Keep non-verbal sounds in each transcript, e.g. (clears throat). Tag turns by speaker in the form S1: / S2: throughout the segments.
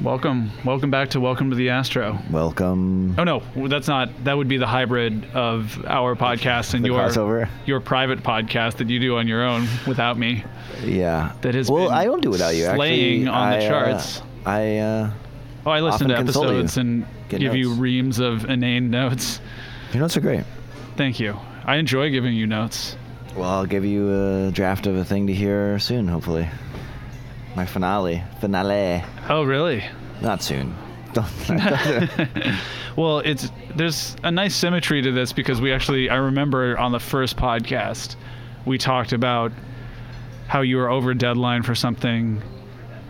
S1: Welcome, welcome back to Welcome to the Astro.
S2: Welcome.
S1: Oh no, that's not. That would be the hybrid of our podcast and
S2: The
S1: your
S2: crossover?
S1: your private podcast that you do on your own without me.
S2: Yeah.
S1: That has
S2: well,
S1: been
S2: I don't do it without you.
S1: slaying
S2: Actually,
S1: on the
S2: I, uh,
S1: charts.
S2: I uh,
S1: Oh, I listen
S2: Often
S1: to
S2: console you.
S1: episodes and
S2: Get
S1: give you
S2: notes.
S1: reams of inane notes.
S2: your notes are great.
S1: Thank you. I enjoy giving you notes.
S2: Well, I'll give you a draft of a thing to hear soon, hopefully. My finale, finale,
S1: Oh, really?
S2: not soon. (laughs) Don't-
S1: (laughs) Well, it's there's a nice symmetry to this because we actually I remember on the first podcast we talked about how you were over deadline for something.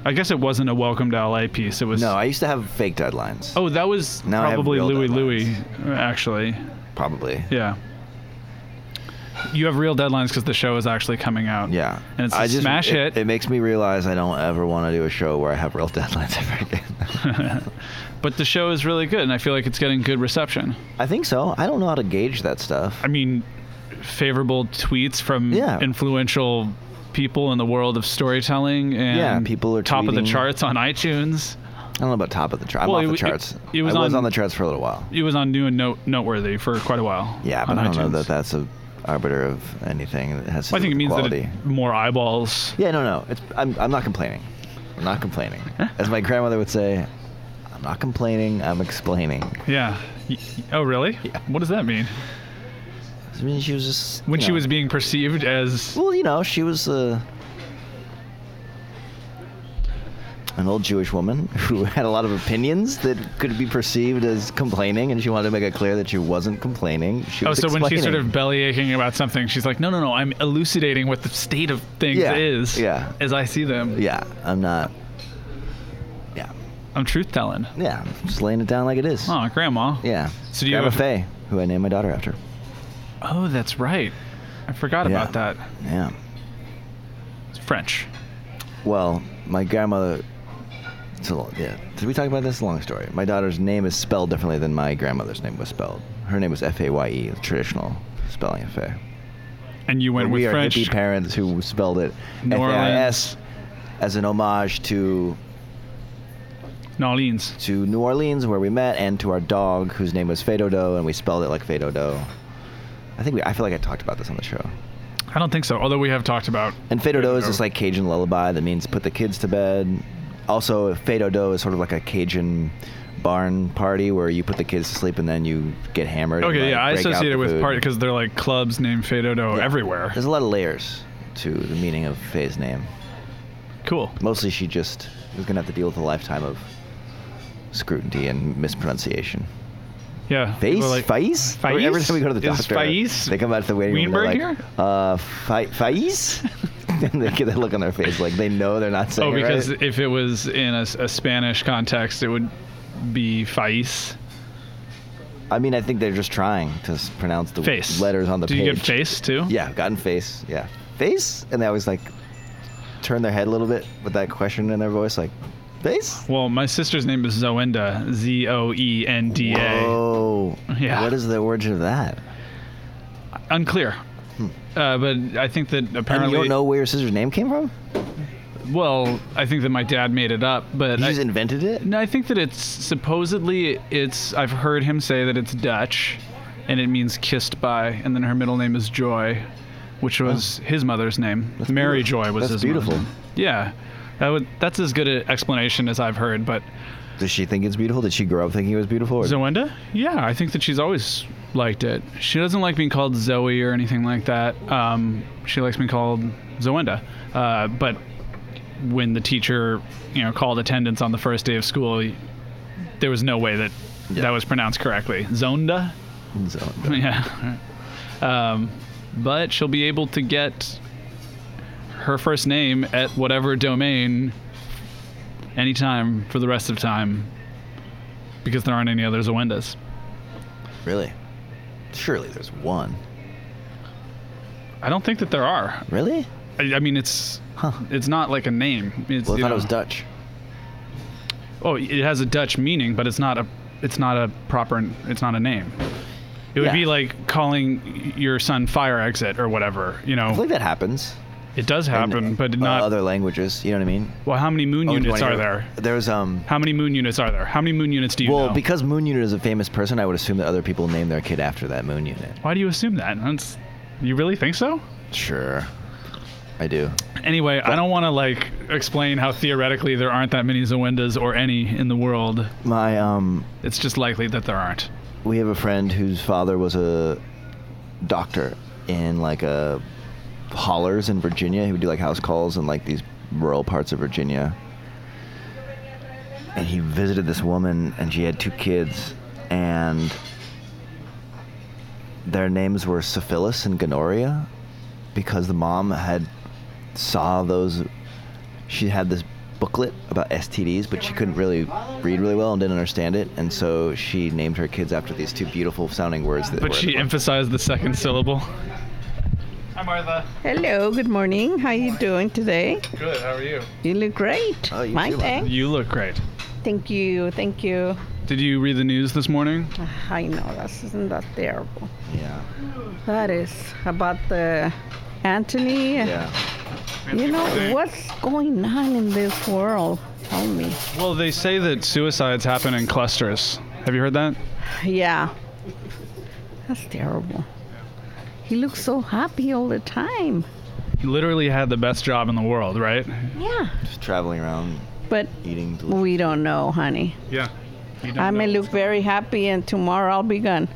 S1: I guess it wasn't a welcome to LA piece. It was
S2: no, I used to have fake deadlines.
S1: Oh, that was
S2: Now I have
S1: probably
S2: real
S1: Louie
S2: deadlines.
S1: Louie actually.
S2: probably.
S1: Yeah. You have real deadlines because the show is actually coming out.
S2: Yeah.
S1: And it's a
S2: I just,
S1: smash
S2: it,
S1: hit.
S2: It makes me realize I don't ever want to do a show where I have real (laughs) deadlines ever again.
S1: (laughs) But the show is really good, and I feel like it's getting good reception.
S2: I think so. I don't know how to gauge that stuff.
S1: I mean, favorable tweets from
S2: Yeah.
S1: influential people in the world of storytelling and
S2: Yeah, people are
S1: top of the
S2: tweeting.
S1: charts on iTunes.
S2: I don't know about top of the chart. I'm
S1: Well,
S2: off
S1: it
S2: the
S1: w- it-
S2: charts.
S1: it was
S2: I was
S1: on-
S2: on the charts for a little while.
S1: It was on new and note- noteworthy for quite a while.
S2: Yeah,
S1: on
S2: but I don't know
S1: iTunes.
S2: that that's a arbiter of anything that has to
S1: Well, I
S2: do
S1: think it
S2: with
S1: means
S2: quality.
S1: that it, more eyeballs.
S2: yeah, no, no. It's I'm I'm not complaining. I'm not complaining. As my grandmother would say, I'm not complaining. I'm explaining.
S1: Yeah. Y- Oh, really?
S2: Yeah.
S1: What does that mean?
S2: I mean, she was just
S1: When
S2: you
S1: she
S2: know-
S1: was being perceived as
S2: well, you know, she was uh, an old Jewish woman (laughs) who had a lot of opinions that could be perceived as complaining, and she wanted to make it clear that she wasn't complaining. She
S1: Oh,
S2: was
S1: so when she's sort
S2: explaining.
S1: of belly aching about something, she's like, "No, no, no! I'm elucidating what the state of things
S2: Yeah,
S1: is,
S2: yeah.
S1: as I see them.
S2: yeah, I'm not. Yeah,
S1: I'm truth telling."
S2: yeah, just laying it down like it is.
S1: Oh, Grandma.
S2: Yeah.
S1: So do you
S2: Grandma
S1: have-
S2: Faye, who I named my daughter after.
S1: Oh, that's right. I forgot
S2: Yeah.
S1: about that.
S2: Yeah.
S1: It's French.
S2: Well, my grandmother. It's a long, yeah. Did we talk about this? Long story. My daughter's name is spelled differently than my grandmother's name was spelled. Her name was F A Y E, the traditional spelling of Faye.
S1: And you went
S2: we
S1: with
S2: are
S1: French.
S2: hippie parents who spelled it
S1: New
S2: F A I
S1: Orleans.
S2: S as an homage to
S1: New Orleans.
S2: to New Orleans where we met and to our dog whose name was Fedodo and we spelled it like Fedodo. I think we, I feel like I talked about this on the show.
S1: I don't think so. Although we have talked about.
S2: And Fado Do is this like Cajun lullaby that means put the kids to bed. Also, Fado Do is sort of like a Cajun barn party where you put the kids to sleep and then you get hammered. and,
S1: Okay,
S2: like,
S1: yeah, I
S2: break out
S1: associate
S2: the
S1: it with
S2: food.
S1: part because they're like clubs named Fedodo
S2: Yeah.
S1: everywhere.
S2: There's a lot of layers to the meaning of Faye's name.
S1: Cool.
S2: Mostly, she just is gonna have to deal with a lifetime of scrutiny and mispronunciation.
S1: Yeah.
S2: Face,
S1: people are like,
S2: Faiz?
S1: Faiz?
S2: Every time we go to the
S1: Is
S2: doctor,
S1: Faiz
S2: they come out to the waiting room.
S1: Weinberg
S2: They're like,
S1: here?
S2: uh, Fa- Faiz? (laughs) and they get that look on their face, like they know they're not saying
S1: Oh,
S2: it
S1: because
S2: right.
S1: if it was in a, a Spanish context, it would be Faiz.
S2: I mean, I think they're just trying to s- pronounce the
S1: Face.
S2: letters on the
S1: Do
S2: page.
S1: you get face too?
S2: Yeah, gotten face. Yeah, face, and they always like turn their head a little bit with that question in their voice, like face.
S1: Well, my sister's name is Zoenda. Z O E N D A.
S2: Whoa.
S1: Yeah.
S2: What is the origin of that?
S1: Unclear. Uh, but I think that
S2: Hmm. And you
S1: apparently,
S2: don't know where your sister's name came from?
S1: well, I think that my dad made it up. But
S2: You
S1: I,
S2: just invented it?
S1: no, I think that it's supposedly it's. I've heard him say that it's Dutch, and it means kissed by. And then her middle name is Joy, which was his mother's name.
S2: Oh. That's
S1: Mary
S2: beautiful.
S1: Joy was
S2: That's
S1: his mother's
S2: beautiful.
S1: name. Yeah, that would, that's as good an explanation as I've heard. But
S2: Does she think it's beautiful? Did she grow up thinking it was beautiful? Or
S1: Zoenda? Yeah, I think that she's always liked it. She doesn't like being called Zoe or anything like that. Um, she likes being called Zoenda. Uh, but when the teacher, you know, called attendance on the first day of school, y- there was no way that
S2: Yeah.
S1: that was pronounced correctly. Zonda?
S2: So-
S1: (laughs) Yeah. Um, but she'll be able to get her first name at whatever domain anytime for the rest of time because there aren't any other Zoendas.
S2: Really? Surely there's one.
S1: I don't think that there are.
S2: Really?
S1: I, I mean, it's
S2: Huh.
S1: it's not like a name. It's,
S2: Well, I
S1: you
S2: thought
S1: know-
S2: it was Dutch.
S1: Oh, it has a Dutch meaning, but it's not a it's not a proper it's not a name. It would
S2: Yeah.
S1: be like calling your son fire exit or whatever, you know.
S2: I feel like that happens.
S1: It does happen,
S2: And,
S1: but
S2: uh,
S1: not.
S2: other languages. You know what I mean?
S1: well, how many moon
S2: Oh,
S1: units
S2: 20.
S1: are there?
S2: There's um.
S1: How many moon units are there? How many moon units do you
S2: Well,
S1: know?
S2: because Moon Unit is a famous person, I would assume that other people name their kid after that Moon Unit.
S1: Why do you assume that? That's, you really think so?
S2: Sure, I do.
S1: Anyway, I don't want to like explain how theoretically there aren't that many Zoendas or any in the world.
S2: My um,
S1: It's just likely that there aren't.
S2: we have a friend whose father was a doctor in like a hollers in Virginia. He would do like house calls in like these rural parts of Virginia. And he visited this woman and she had two kids and their names were syphilis and gonorrhea because the mom had saw those she had this booklet about STDs, but she couldn't really read really well and didn't understand it, and so she named her kids after these two beautiful sounding words. That
S1: But
S2: were in
S1: she
S2: the book.
S1: emphasized the second syllable. Hi, Martha.
S3: Hello, good morning. How you doing today?
S1: Good. How are you?
S3: You look great.
S2: Oh, you
S3: My
S2: too, Martha.
S3: thanks.
S1: You look great.
S3: Thank you, thank you.
S1: Did you read the news this morning?
S3: Ah, I know this isn't that terrible.
S2: yeah,
S3: That is about the Anthony.
S2: yeah.
S3: You know what's going on in this world? Tell me.
S1: Well, they say that suicides happen in clusters. Have you heard that?
S3: Yeah, that's terrible. He looks so happy all the time.
S1: He literally had the best job in the world, right?
S3: Yeah,
S2: Just traveling around,
S3: but
S2: eating. Delicious.
S3: we don't know, honey.
S1: Yeah. You don't
S3: I may
S1: know.
S3: look very happy, and tomorrow I'll be gone.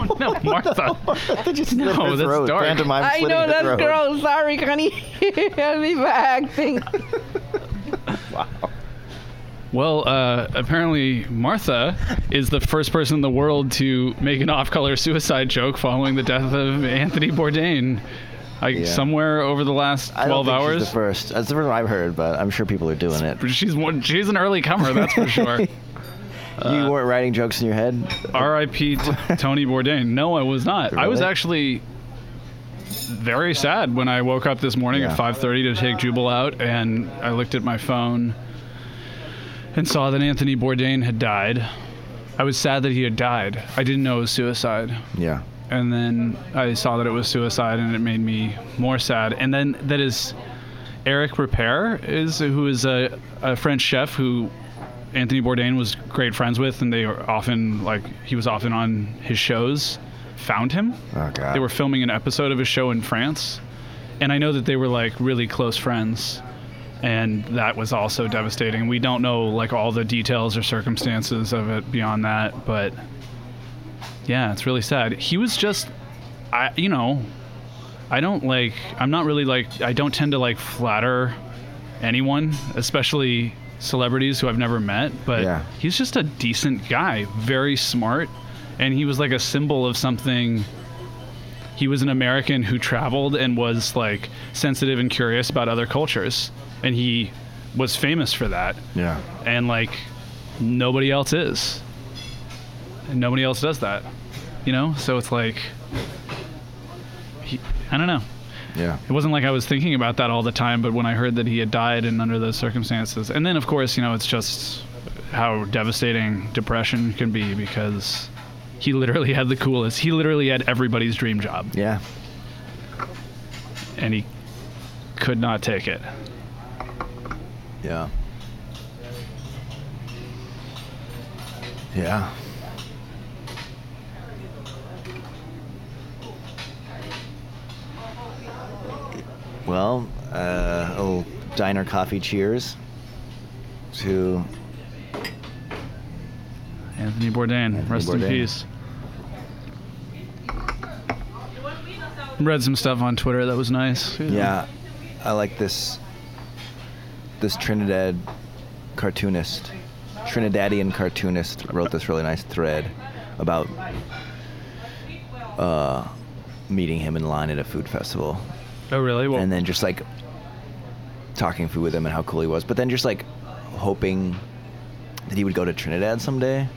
S1: Oh, no, Martha.
S3: (laughs)
S1: no, that's dark.
S3: I know that's gross. Sorry, (laughs) honey. I'll be back. Thank
S1: Well, uh, apparently Martha is the first person in the world to make an off-color suicide joke following the death of Anthony Bourdain. I,
S2: Yeah.
S1: Somewhere over the last
S2: I don't
S1: 12
S2: think
S1: hours.
S2: She's the first. That's the first one I've heard, but I'm sure people are doing it.
S1: She's one. She's an early comer, that's for
S2: (laughs)
S1: sure.
S2: you weren't writing jokes in your head.
S1: R.I.P. T- Tony Bourdain. No, I was not. I was
S2: Really?
S1: actually very sad when I woke up this morning
S2: Yeah.
S1: at 5:30 to take Jubal out, and I looked at my phone and saw that Anthony Bourdain had died. I was sad that he had died. I didn't know it was suicide,
S2: Yeah.
S1: and then I saw that it was suicide, and it made me more sad. And then that is Eric Repair is who is a, a French chef who Anthony Bourdain was great friends with, and they were often like he was often on his shows. Found him.
S2: Oh god.
S1: They were filming an episode of his show in France, and I know that they were like really close friends, and that was also devastating. We don't know like all the details or circumstances of it beyond that, but yeah, it's really sad. He was just, I you know, I don't like. I'm not really like. I don't tend to like flatter anyone, especially celebrities who I've never met. But
S2: Yeah.
S1: he's just a decent guy, very smart, and he was like a symbol of something. He was an American who traveled and was like sensitive and curious about other cultures, and he was famous for that.
S2: yeah.
S1: And like nobody else is, and nobody else does that, you know. So it's like, he, I don't know.
S2: Yeah.
S1: It wasn't like I was thinking about that all the time, but when I heard that he had died and under those circumstances, and then of course, you know, it's just how devastating depression can be because he literally had the coolest, he literally had everybody's dream job,
S2: Yeah.
S1: and he could not take it.
S2: Yeah. Yeah. Well, uh, old diner coffee cheers to
S1: Anthony Bourdain,
S2: Anthony
S1: rest in
S2: Bourdain.
S1: peace. Read some stuff on Twitter that was nice.
S2: Yeah, I like this this Trinidad cartoonist, Trinidadian cartoonist wrote this really nice thread about uh, meeting him in line at a food festival,
S1: Oh, really? Well,
S2: and then just like talking food with him and how cool he was, but then just like hoping that he would go to Trinidad someday,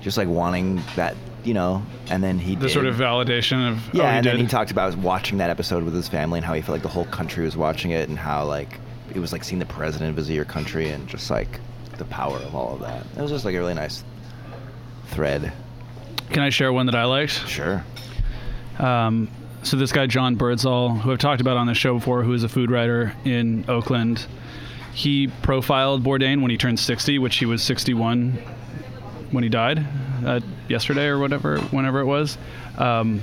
S2: just like wanting that, you know, and then he
S1: the
S2: did.
S1: sort of validation of
S2: Yeah,
S1: oh, he
S2: and
S1: did.
S2: then he talked about watching that episode with his family and how he felt like the whole country was watching it and how like it was like seeing the president visit your country and just like the power of all of that. It was just like a really nice thread.
S1: Can I share one that I liked?
S2: Sure.
S1: Um, so this guy John Birdsall, who I've talked about on the show before, who is a food writer in Oakland, he profiled Bourdain when he turned 60, which he was 61 when he died uh, yesterday or whatever, whenever it was. Um,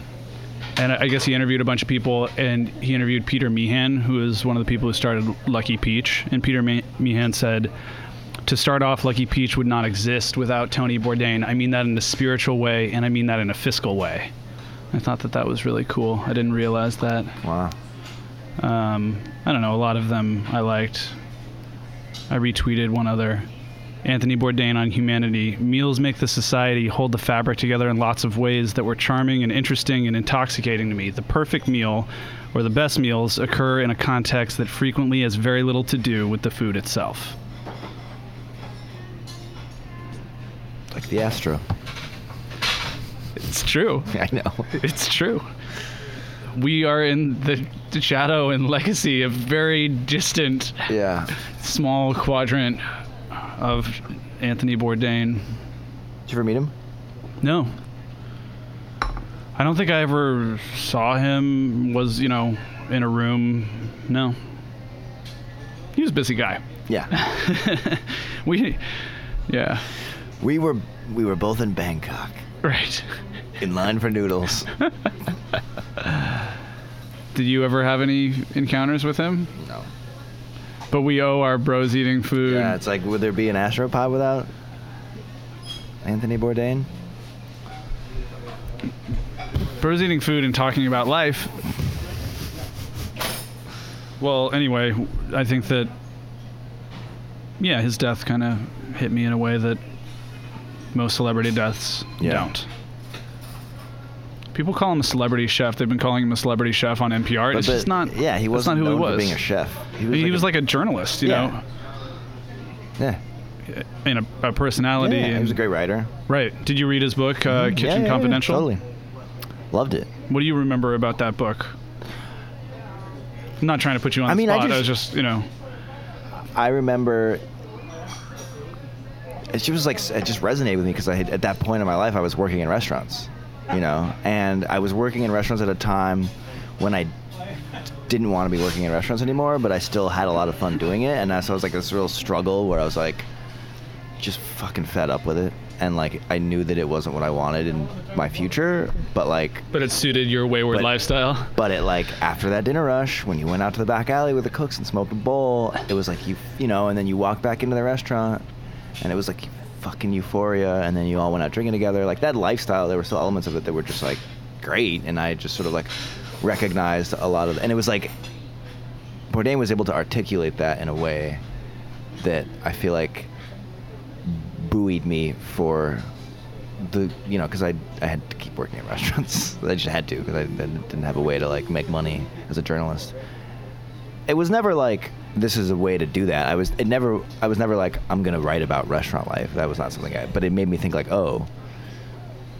S1: and I I guess he interviewed a bunch of people, and he interviewed Peter Meehan, who is one of the people who started Lucky Peach. And Peter Me- Meehan said, to start off, Lucky Peach would not exist without Tony Bourdain. I mean that in a spiritual way, and I mean that in a fiscal way. I thought that that was really cool. I didn't realize that.
S2: Wow.
S1: Um, I don't know. A lot of them I liked. I retweeted one other. Anthony Bourdain on humanity. Meals make the society hold the fabric together in lots of ways that were charming and interesting and intoxicating to me. The perfect meal, or the best meals, occur in a context that frequently has very little to do with the food itself.
S2: Like the Astro.
S1: It's true.
S2: (laughs) I (laughs) know.
S1: It's true. We are in the, the shadow and legacy of very distant,
S2: Yeah.
S1: small quadrant of Anthony Bourdain.
S2: Did you ever meet him?
S1: No. I don't think I ever saw him, was, you know, in a room. No. He was a busy (laughs) guy.
S2: Yeah.
S1: We, yeah,
S2: (laughs) we were we were both in Bangkok
S1: right.
S2: in line for (laughs) noodles.
S1: Did you ever have any encounters with him?
S2: no.
S1: But we owe our bros eating food.
S2: Yeah, it's like would there be an astropod without Anthony Bourdain?
S1: Bros eating food and talking about life. Well, anyway, I think that yeah, his death kind of hit me in a way that most celebrity deaths
S2: Yeah.
S1: don't. People call him a celebrity chef. They've been calling him a celebrity chef on NPR. it's
S2: But-
S1: just not.
S2: Yeah, he
S1: that's not
S2: wasn't
S1: who
S2: known
S1: he was.
S2: for being a chef.
S1: He was, like,
S2: a-
S1: a, journalist, you
S2: Yeah.
S1: know,
S2: yeah.
S1: and a, a personality.
S2: yeah,
S1: and,
S2: he was a great writer.
S1: right. Did you read his book, uh,
S2: Yeah,
S1: Kitchen
S2: yeah, yeah,
S1: Confidential?
S2: totally. Loved it.
S1: What do you remember about that book? I'm not trying to put you on
S2: I
S1: the
S2: mean, I
S1: spot. I
S2: just-
S1: was just, you know,
S2: I remember it just was like it just resonated with me because I had at that point in my life I was working in restaurants, you know, and I was working in restaurants at a time when I didn't want to be working in restaurants anymore, but I still had a lot of fun doing it, and I- so I was like this real struggle where I was like just fucking fed up with it, and like I knew that it wasn't what I wanted in my future, but like
S1: but it suited your wayward
S2: But-
S1: lifestyle.
S2: but it like after that dinner rush, when you went out to the back alley with the cooks and smoked a bowl, it was like you you know, and then you walked back into the restaurant, and it was like fucking euphoria, and then you all went out drinking together. Like that lifestyle, there were still elements of it that were just like great, and I just sort of like recognized a lot of, and it was like Bourdain was able to articulate that in a way that I feel like buoyed me for the you know because I I had to keep working at (laughs) restaurants. I just had to because I, I didn't have a way to like make money as a journalist. It was never like this is a way to do that. I was it never I was never like I'm gonna write about restaurant life. That was not something I. But it made me think like oh,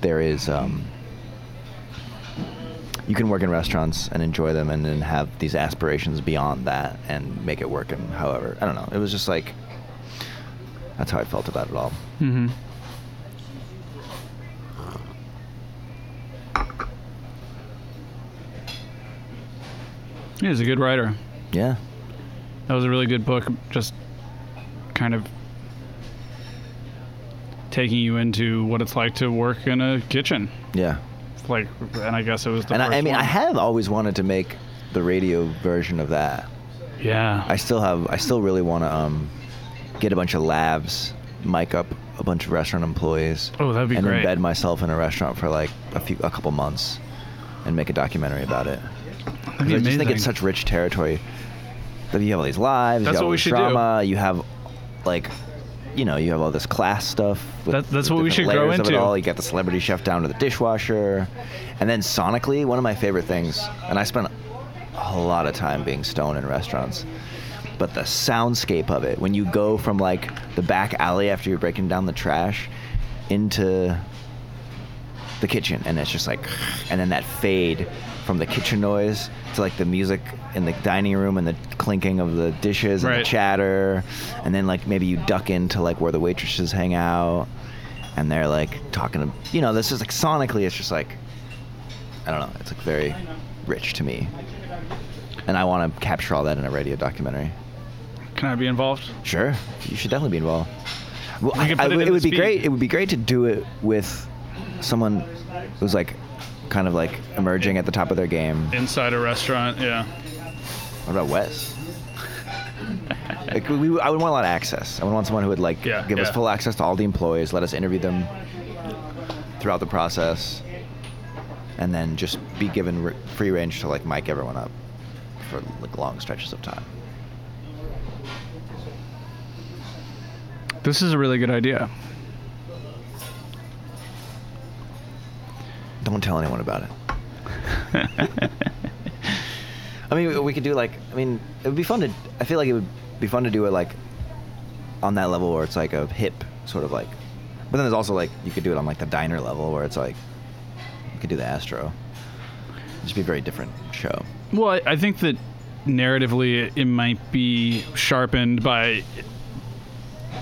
S2: there is um. You can work in restaurants and enjoy them, and then have these aspirations beyond that, and make it work. And however, I don't know. It was just like that's how I felt about it all.
S1: hmm He was a good writer.
S2: Yeah.
S1: That was a really good book. Just kind of taking you into what it's like to work in a kitchen.
S2: Yeah.
S1: Like, and I guess it was the
S2: and
S1: first
S2: I, I mean,
S1: one.
S2: I have always wanted to make the radio version of that.
S1: yeah,
S2: I still have. I still really want to um, get a bunch of labs, mic up a bunch of restaurant employees.
S1: Oh, that'd be
S2: and
S1: great.
S2: embed myself in a restaurant for like a few, a couple months, and make a documentary about it.
S1: That'd be
S2: Because I just think
S1: amazing.
S2: it's such rich territory. That you have all these lives.
S1: That's
S2: you have
S1: what
S2: all
S1: we
S2: this
S1: should do.
S2: drama, You have, like, you know, you have all this class stuff. with-
S1: That- that's
S2: with
S1: what we
S2: different
S1: should grow
S2: layers of it
S1: into.
S2: all. You got the celebrity chef down to the dishwasher, and then sonically, one of my favorite things. And I spent a lot of time being stoned in restaurants. But the soundscape of it, when you go from like the back alley after you're breaking down the trash into the kitchen and it's just like and then that fade from the kitchen noise to like the music in the dining room and the clinking of the dishes and
S1: Right.
S2: the chatter and then like maybe you duck into like where the waitresses hang out and they're like talking to you know this is like sonically it's just like i don't know it's like very rich to me. And I want to capture all that in a radio documentary.
S1: Can I be involved?
S2: Sure, you should definitely be involved. Well,
S1: We
S2: I,
S1: can
S2: I
S1: put it in
S2: would- it
S1: the
S2: would be
S1: speed.
S2: great. It would be great to do it with someone who's like, kind of like emerging at the top of their game.
S1: Inside a restaurant, yeah.
S2: What about
S1: (laughs)
S2: Wes? like we, we- I would want a lot of access. I would want someone who would like
S1: Yeah,
S2: give us
S1: yeah.
S2: full access to all the employees, let us interview them throughout the process, and then just be given r- free range to like mic everyone up for like long stretches of time.
S1: This is a really good idea.
S2: Don't tell anyone about it. I mean, we could do like, I mean, it would be fun to, I feel like it would be fun to do it like on that level where it's like a hip sort of like, but then there's also like, you could do it on like the diner level where it's like, you could do the Astro. It'd just be a very different show.
S1: Well, I, I think that narratively it, it might be sharpened by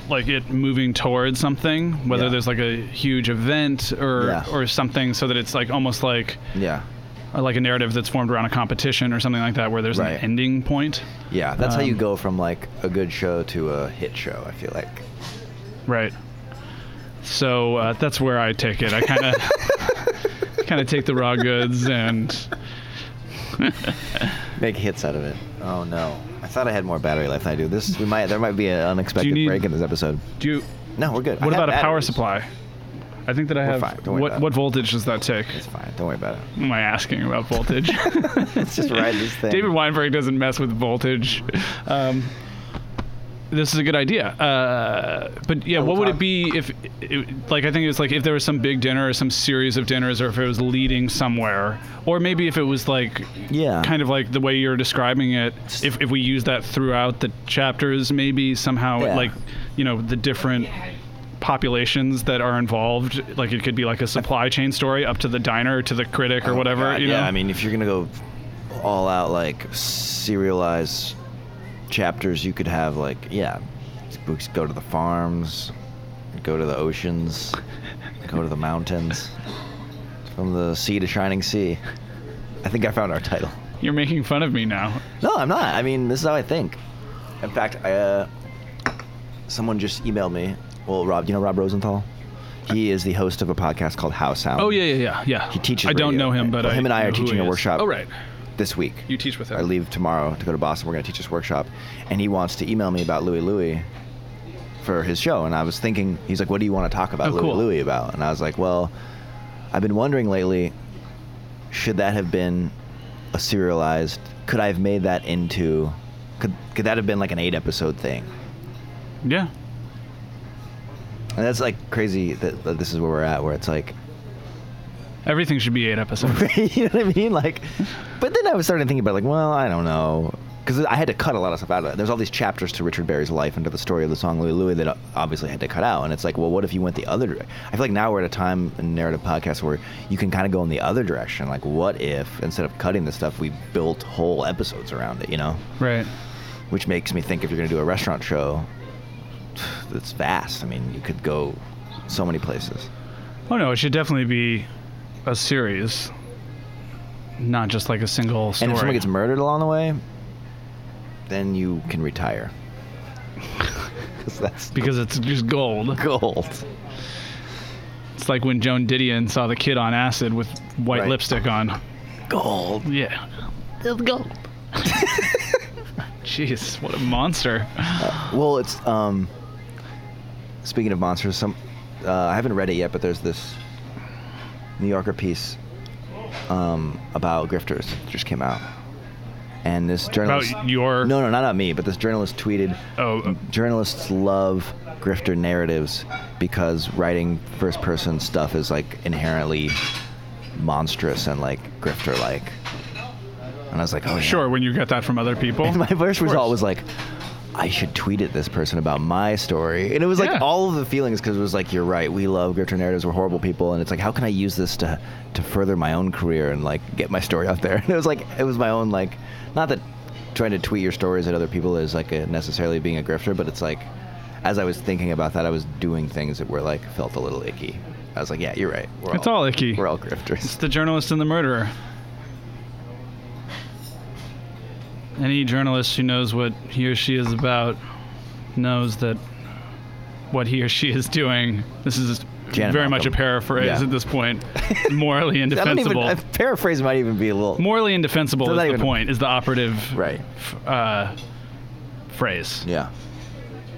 S1: like it moving towards something, whether
S2: Yeah.
S1: there's like a huge event or
S2: Yeah.
S1: or something, so that it's like almost like
S2: Yeah.
S1: or like a narrative that's formed around a competition or something like that, where there's
S2: Right.
S1: an ending point,
S2: Yeah. That's how you
S1: Um,
S2: go from like a good show to a hit show, I feel like.
S1: right? So uh, that's where I take it. I kind
S2: (laughs)
S1: of kind of take the raw goods and.
S2: Make hits out of it. Oh no. I thought I had more battery life than I do. This, we might, there might be an unexpected
S1: need-
S2: break in this episode.
S1: Do you?
S2: No, we're good. I
S1: What
S2: have
S1: about a power
S2: batteries.
S1: supply? I think that I have.
S2: fine. Don't worry about
S1: What
S2: it.
S1: what voltage does that take?
S2: It's fine. Don't worry about it.
S1: What am I asking about
S2: (laughs)
S1: voltage?
S2: Let's just ride
S1: (laughs)
S2: this thing.
S1: David Weinberg doesn't mess with voltage. Um, this is a good idea. Uh, but yeah, what would it be if, it, like, I think it was like if there was some big dinner or some series of dinners, or if it was leading somewhere, or maybe if it was like
S2: yeah.
S1: kind of like the way you're describing it. If if we use that throughout the chapters, maybe somehow
S2: Yeah.
S1: like, you know, the different populations that are involved like it could be like a supply chain story up to the diner to the critic or whatever
S2: Oh God,
S1: you know
S2: Uh, yeah, I mean, if you're gonna go all out like serialized chapters, you could have like yeah, books go to the farms, go to the oceans, go to the mountains, from the sea to shining sea. I think I found our title.
S1: You're making fun of me now.
S2: No, I'm not. I mean, this is how I think. In fact, I, uh, someone just emailed me. Well, Rob, you know Rob Rosenthal? He is the host of a podcast called How Sound.
S1: Oh yeah, yeah, yeah, yeah.
S2: He teaches
S1: I don't
S2: radio.
S1: know him, but
S2: Well, him and I
S1: know
S2: are
S1: who
S2: teaching
S1: he
S2: a
S1: is.
S2: workshop.
S1: Oh right,
S2: This week.
S1: you uh, teach with him.
S2: I leave tomorrow to go to Boston. We're going to teach this workshop, and he wants to email me about Louis Louis for his show. And I was thinking, he's like, "What do you want to talk about
S1: Oh,
S2: Louis
S1: cool.
S2: Louis about?" And I was like, "Well, I've been wondering lately, should that have been a serialized? Could I have made that into? Could could that have been like an eight episode thing?"
S1: Yeah,
S2: And that's like crazy that, that this is where we're at, where it's like, (laughs)
S1: everything should be eight episodes.
S2: you know what I mean? Like, but then I was starting to think about like, well, I don't know, because I had to cut a lot of stuff out of it. There's all these chapters to Richard Berry's life and to the story of the song Louie Louie that uh, obviously had to cut out. And it's like, well, what if you went the other? direction? I feel like now we're at a time in narrative podcasts where you can kind of go in the other direction. Like, what if instead of cutting the stuff, we built whole episodes around it? You know,
S1: (laughs) right.
S2: which makes me think if you're going to do a restaurant show, (sighs) that's vast. I mean, you could go so many places.
S1: Oh no, it should definitely be a series, not just like a single story.
S2: And if someone gets murdered along the way, then you can retire. (laughs) 'Cause that's
S1: because it's just gold.
S2: gold.
S1: It's like when Joan Didion saw the kid on acid with white
S2: Right.
S1: lipstick on.
S2: Gold.
S1: Yeah.
S3: Let's go.
S1: Jeez, what a monster.
S2: Well, it's um. Speaking of monsters, some uh, I haven't read it yet, but there's this New Yorker piece um, about grifters that just came out, and this journalist.
S1: About your
S2: no, no, not about me, but this journalist tweeted.
S1: oh
S2: journalists love grifter narratives because writing first person stuff is like inherently monstrous and like grifter like. And I was like, oh, yeah.
S1: sure when you get that from other
S2: (laughs)
S1: people.
S2: And my first result was like, I should tweet at this person about my story. And it was like
S1: Yeah.
S2: all of the feelings because it was like, you're right. We love grifter narratives. We're horrible people. And it's like, how can I use this to, to further my own career and like get my story out there? (laughs) And it was like, it was my own, like, not that trying to tweet your stories at other people is like a, necessarily being a grifter, but it's like, as I was thinking about that, I was doing things that were like, felt a little icky. I was like, yeah, you're right. We're
S1: It's all icky.
S2: We're all
S1: It's
S2: grifters.
S1: the journalist and the murderer. any journalist who knows what he or she is about knows that what he or she is doing. This is
S2: Janet
S1: very much a
S2: Malcolm.
S1: paraphrase
S2: Yeah.
S1: at this
S2: (laughs)
S1: point. Morally
S2: (laughs) I don't even.
S1: indefensible.
S2: A paraphrase might even be a little.
S1: Morally indefensible
S2: They're
S1: is
S2: not
S1: the
S2: even-
S1: point. Is the operative
S2: Right.
S1: f- uh, phrase
S2: Yeah.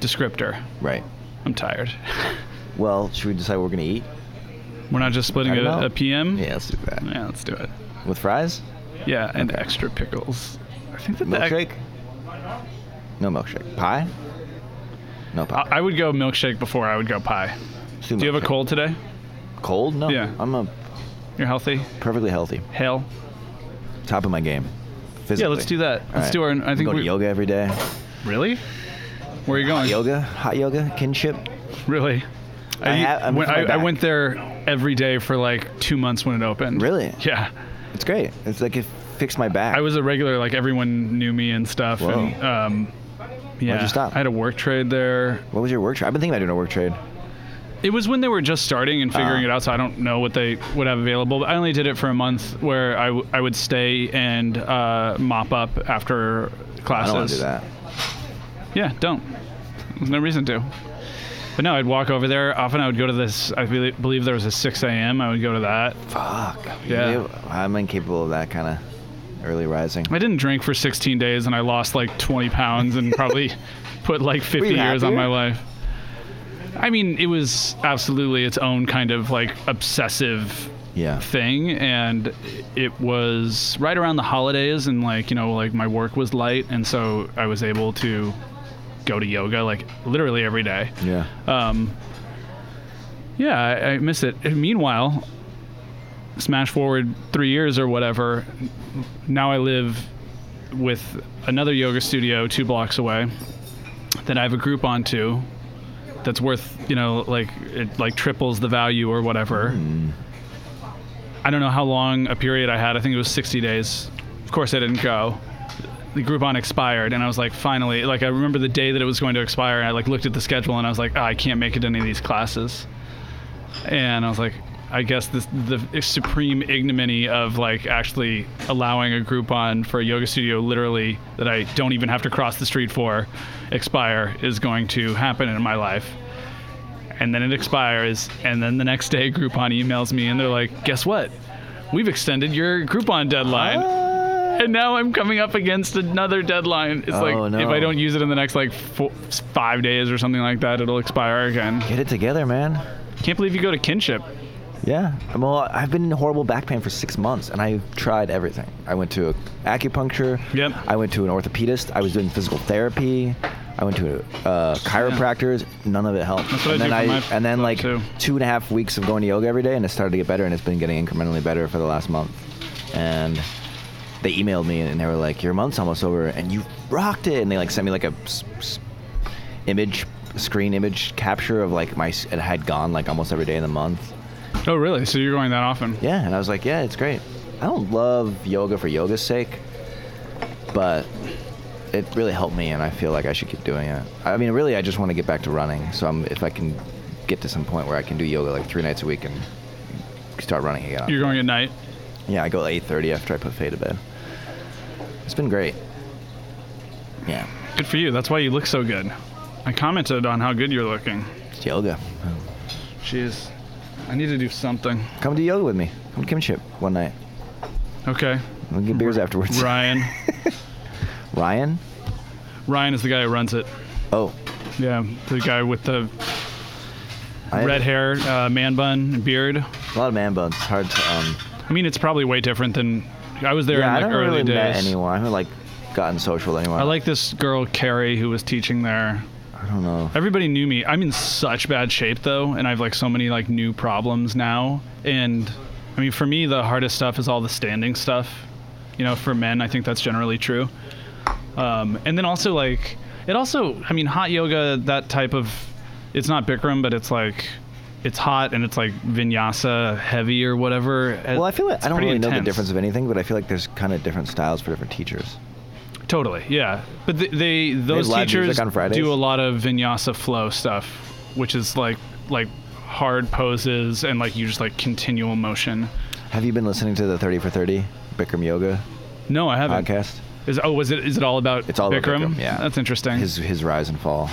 S1: descriptor.
S2: Right.
S1: I'm tired. (laughs)
S2: Well, should we decide what we're gonna eat?
S1: Mm-hmm. We're not just splitting
S2: I
S1: it
S2: don't
S1: at
S2: know.
S1: a PM.
S2: Yeah, let's do that.
S1: Yeah, let's do it.
S2: With fries?
S1: Yeah, and extra pickles. I think that the ex-
S2: Milkshake? No milkshake. Pie? No pie.
S1: I, I would go milkshake before I would go pie.
S2: Let's do
S1: Uh, Do you have a
S2: milkshake.
S1: cold today?
S2: Cold? No.
S1: Yeah.
S2: I'm a
S1: You're healthy.
S2: perfectly healthy.
S1: Hell.
S2: Top of my game. Physically.
S1: Yeah, let's do that.
S2: All
S1: Let's
S2: right.
S1: do our. I
S2: We
S1: think
S2: go to
S1: we-
S2: yoga every day.
S1: Really? Where are you going?
S2: Yoga, hot yoga, kinship.
S1: Really?
S2: I have- I'm
S1: when-
S2: for my
S1: I, I
S2: back.
S1: went there every day for like two months when it opened.
S2: Really?
S1: Yeah.
S2: It's great. It's like it fixed my back.
S1: I was a regular. Like everyone knew me and stuff.
S2: Whoa.
S1: And, um, yeah.
S2: you stop?
S1: I had a work trade there.
S2: what was your work trade? I've been thinking about doing a work trade.
S1: It was when they were just starting and figuring
S2: Ah.
S1: it out, so I don't know what they would have available. But I only did it for a month, where I, w- I would stay and uh, mop up after
S2: I
S1: classes.
S2: don't want to do that.
S1: Yeah, don't. There's no reason to. But no, I'd walk over there. Often I would go to this. I belie- believe there was a 6 a.m. I would go to that.
S2: Fuck.
S1: Yeah.
S2: You- I'm incapable of that kind of early rising.
S1: I didn't drink for 16 days, and I lost like 20 pounds, and
S2: (laughs)
S1: probably put like 50
S2: you
S1: years on my
S2: happier?
S1: life. I mean, it was absolutely its own kind of like obsessive
S2: Yeah.
S1: thing and it was right around the holidays and like you know like my work was light and so i was able to go to yoga like literally every day
S2: Yeah.
S1: um yeah i, I miss it And meanwhile smash forward three years or whatever now i live with another yoga studio two blocks away that i have a group onto that's worth you know like it like triples the value or whatever I don't know how long a period I had. I think it was 60 days. Of course, I didn't go. The Groupon expired, and I was like, finally, like I remember the day that it was going to expire, and I like looked at the schedule, and I was like, ah, I can't make it to any of these classes. And I was like, I guess this the supreme ignominy of like actually allowing a Groupon for a yoga studio, literally that I don't even have to cross the street for, expire is going to happen in my life and then it expires and then the next day groupon emails me and they're like guess what we've extended your groupon deadline and now i'm coming up against another deadline it's
S2: Oh,
S1: like
S2: no.
S1: if i don't use it in the next like four, five days or something like that it'll expire again
S2: Get it together, man.
S1: can't believe you go to kinship
S2: Yeah. Well, I've been in horrible back pain for six months, and I've tried everything. I went to acupuncture.
S1: Yep.
S2: I went to an orthopedist. I was doing physical therapy. I went to uh, chiropractors. None of it helped.
S1: That's what
S2: and
S1: I
S2: then
S1: do for my
S2: and then
S1: stuff,
S2: like
S1: too.
S2: two and a half weeks of going to yoga every day, and it started to get better, and it's been getting incrementally better for the last month. And they emailed me, and they were like, "Your month's almost over, and you rocked it." And they like sent me like a s- s- image, screen image capture of like my s- it had gone like almost every day in the month.
S1: oh really so you're going that often
S2: Yeah, and I was like, yeah, it's great. I don't love yoga for yoga's sake, but it really helped me, and I feel like I should keep doing it. I mean, really, I just want to get back to running. So I'm, if I can get to some point where I can do yoga like three nights a week and start running again,
S1: you're going at night
S2: yeah, I go at 8:30 after I put Faye to bed. It's been great. Yeah,
S1: good for you that's why you look so good i commented on how good you're looking
S2: it's yoga.
S1: jeez i need to do something
S2: Come do yoga with me. Come to Kimship one night. (laughs)
S1: okay
S2: We'll get beers afterwards.
S1: ryan
S2: Ryan?
S1: ryan is the guy who runs it
S2: Oh,
S1: yeah the guy with the
S2: I
S1: red hair, uh, man bun, and beard.
S2: A lot of man buns. It's hard to. Um,
S1: I mean, it's probably way different than I was there
S2: Yeah, I
S1: in like
S2: don't
S1: early
S2: really
S1: days.
S2: met anyone. I haven't like gotten social with anyone.
S1: I like this girl Carrie who was teaching there.
S2: I don't know.
S1: Everybody knew me. I'm in such bad shape though, and I've like so many like new problems now. And I mean, for me, the hardest stuff is all the standing stuff. You know, for men, I think that's generally true. Um, and then also like it also, I mean, hot yoga, that type of, it's not Bikram, but it's like, it's hot and it's like vinyasa heavy or whatever.
S2: Well, I feel like
S1: It's
S2: I don't
S1: pretty
S2: really know the
S1: intense.
S2: difference of anything, but I feel like there's kind of different styles for different teachers.
S1: Totally, yeah. But th- they those
S2: live music
S1: teachers
S2: on Fridays?
S1: do a lot of vinyasa flow stuff, which is like like hard poses and like you just like continual motion.
S2: Have you been listening to the 30 for 30 Bikram Yoga
S1: No, I haven't.
S2: podcast?
S1: Is oh was it is it all about
S2: It's all about
S1: Vikram?
S2: Vikram, yeah.
S1: that's interesting.
S2: His his rise and fall.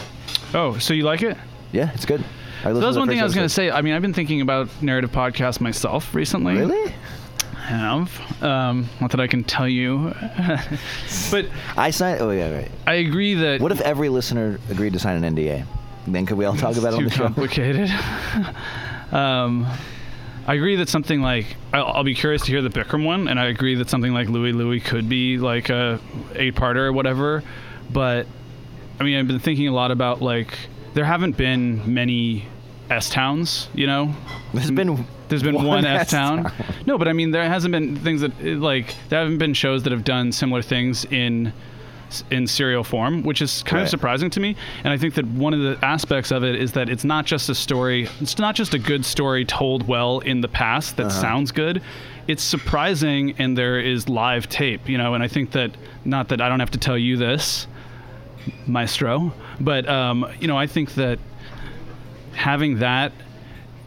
S1: oh, so you like it?
S2: Yeah, it's good. I
S1: So that's one thing I was going to say. I mean, I've been thinking about narrative podcasts myself recently.
S2: Really?
S1: Have um, not that I can tell you, (laughs) but
S2: I signed. Oh yeah, right.
S1: I agree that
S2: What if every listener agreed to sign an NDA? Then could we all talk
S1: It's
S2: about it on
S1: too
S2: the show?
S1: complicated. (laughs) um, I agree that something like I'll, I'll be curious to hear the Bikram one, and I agree that something like Louie Louie could be like a eight-parter or whatever. But I mean, I've been thinking a lot about like there haven't been many S towns, you know.
S2: (laughs) There's been
S1: There's been one, S
S2: S-town.
S1: town. No, but I mean, there hasn't been things that eh, like there haven't been shows that have done similar things in s- in serial form, which is kind of
S2: Right.
S1: surprising to me. And I think that one of the aspects of it is that it's not just a story. It's not just a good story told well in the past that sounds good. It's surprising, and there is live tape, you know. And I think that not that I don't have to tell you this, Maestro, but um, you know, I think that having that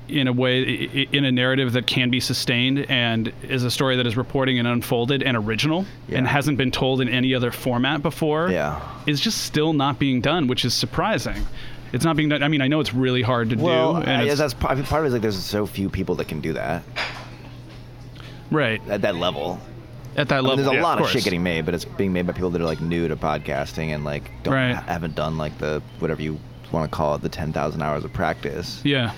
S1: in a way i- i- in a narrative that can be sustained and is a story that is reporting and unfolded and original and
S2: Yeah.
S1: hasn't been told in any other format before
S2: Yeah.
S1: is just still not being done which is surprising it's not being done i mean i know it's really hard to
S2: Well,
S1: do and
S2: I
S1: it's,
S2: guess that's part, I mean, part of it is like there's so few people that can do that
S1: right
S2: at that level.
S1: at that
S2: I mean,
S1: level
S2: there's a
S1: yeah,
S2: lot of,
S1: course.
S2: shit getting made, but it's being made by people that are like new to podcasting and like don't
S1: Right.
S2: haven't done like the whatever you want to call it the 10,000 hours of practice.
S1: yeah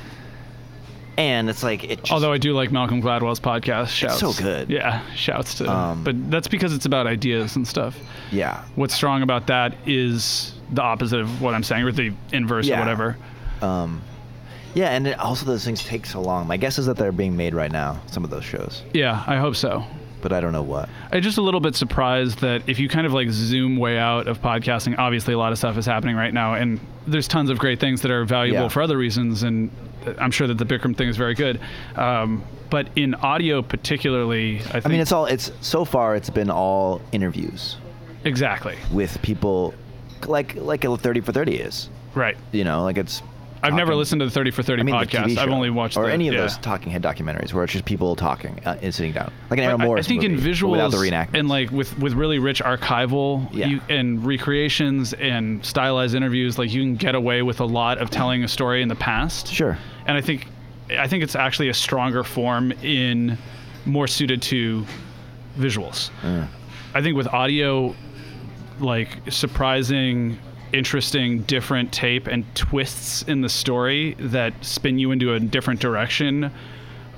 S2: And it's like it just,
S1: although i do like malcolm gladwell's podcast shouts
S2: so good.
S1: yeah shouts to
S2: Um,
S1: but that's because it's about ideas and stuff
S2: yeah.
S1: what's strong about that is the opposite of what i'm saying or the inverse
S2: Yeah.
S1: or whatever
S2: Um yeah, and it, also those things take so long. My guess is that they're being made right now, some of those shows,
S1: yeah i hope so
S2: but I don't know what.
S1: I'm just a little bit surprised that if you kind of like zoom way out of podcasting, obviously a lot of stuff is happening right now, and there's tons of great things that are valuable
S2: Yeah.
S1: for other reasons, and I'm sure that the Bikram thing is very good. Um, but in audio, particularly, I think
S2: I mean, it's all it's so far it's been all interviews
S1: exactly
S2: with people like like a 30 for 30 is.
S1: right.
S2: You know, like it's
S1: I've never
S2: talking-
S1: listened to the 30 for 30
S2: I mean, the TV
S1: podcast. I've
S2: show.
S1: only watched
S2: or
S1: the,
S2: any of
S1: yeah.
S2: those talking head documentaries where it's just people talking uh, and sitting down, like
S1: But
S2: an Aaron
S1: I-
S2: Morris
S1: I think
S2: movie,
S1: in
S2: but
S1: visuals
S2: without the reenactment.
S1: and like with with really rich archival
S2: Yeah.
S1: you, and recreations and stylized interviews, like you can get away with a lot of telling a story in the past.
S2: Sure.
S1: And I think I think it's actually a stronger form in more suited to visuals. I think with audio, like surprising, interesting, different tape and twists in the story that spin you into a different direction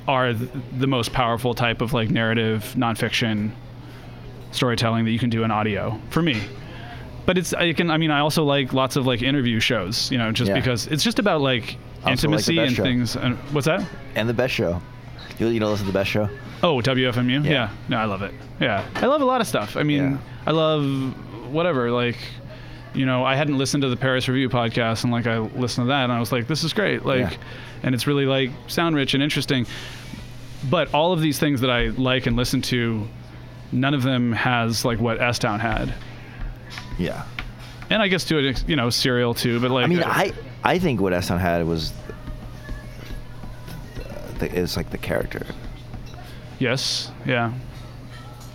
S1: are th- the most powerful type of like narrative nonfiction storytelling that you can do in audio for me. But it's I can I mean I also like lots of like interview shows you know just
S2: Yeah.
S1: because it's just about like
S2: I also like
S1: intimacy
S2: The Best
S1: and
S2: Show.
S1: things and what's that
S2: and the best show. You, you know, listen to the best show.
S1: Oh, WFMU? Yeah.
S2: Yeah.
S1: No, I love it. Yeah. I love a lot of stuff. I mean,
S2: Yeah.
S1: I love whatever. Like, you know, I hadn't listened to the Paris Review podcast, and like I listened to that, and I was like, this is great. Like,
S2: Yeah.
S1: and it's really like sound rich and interesting. But all of these things that I like and listen to, none of them has like what S Town had.
S2: Yeah,
S1: And I guess to it, you know, serial too. But like,
S2: I mean,
S1: uh,
S2: I I think what Eston had was the, the, is like the character,
S1: yes, yeah,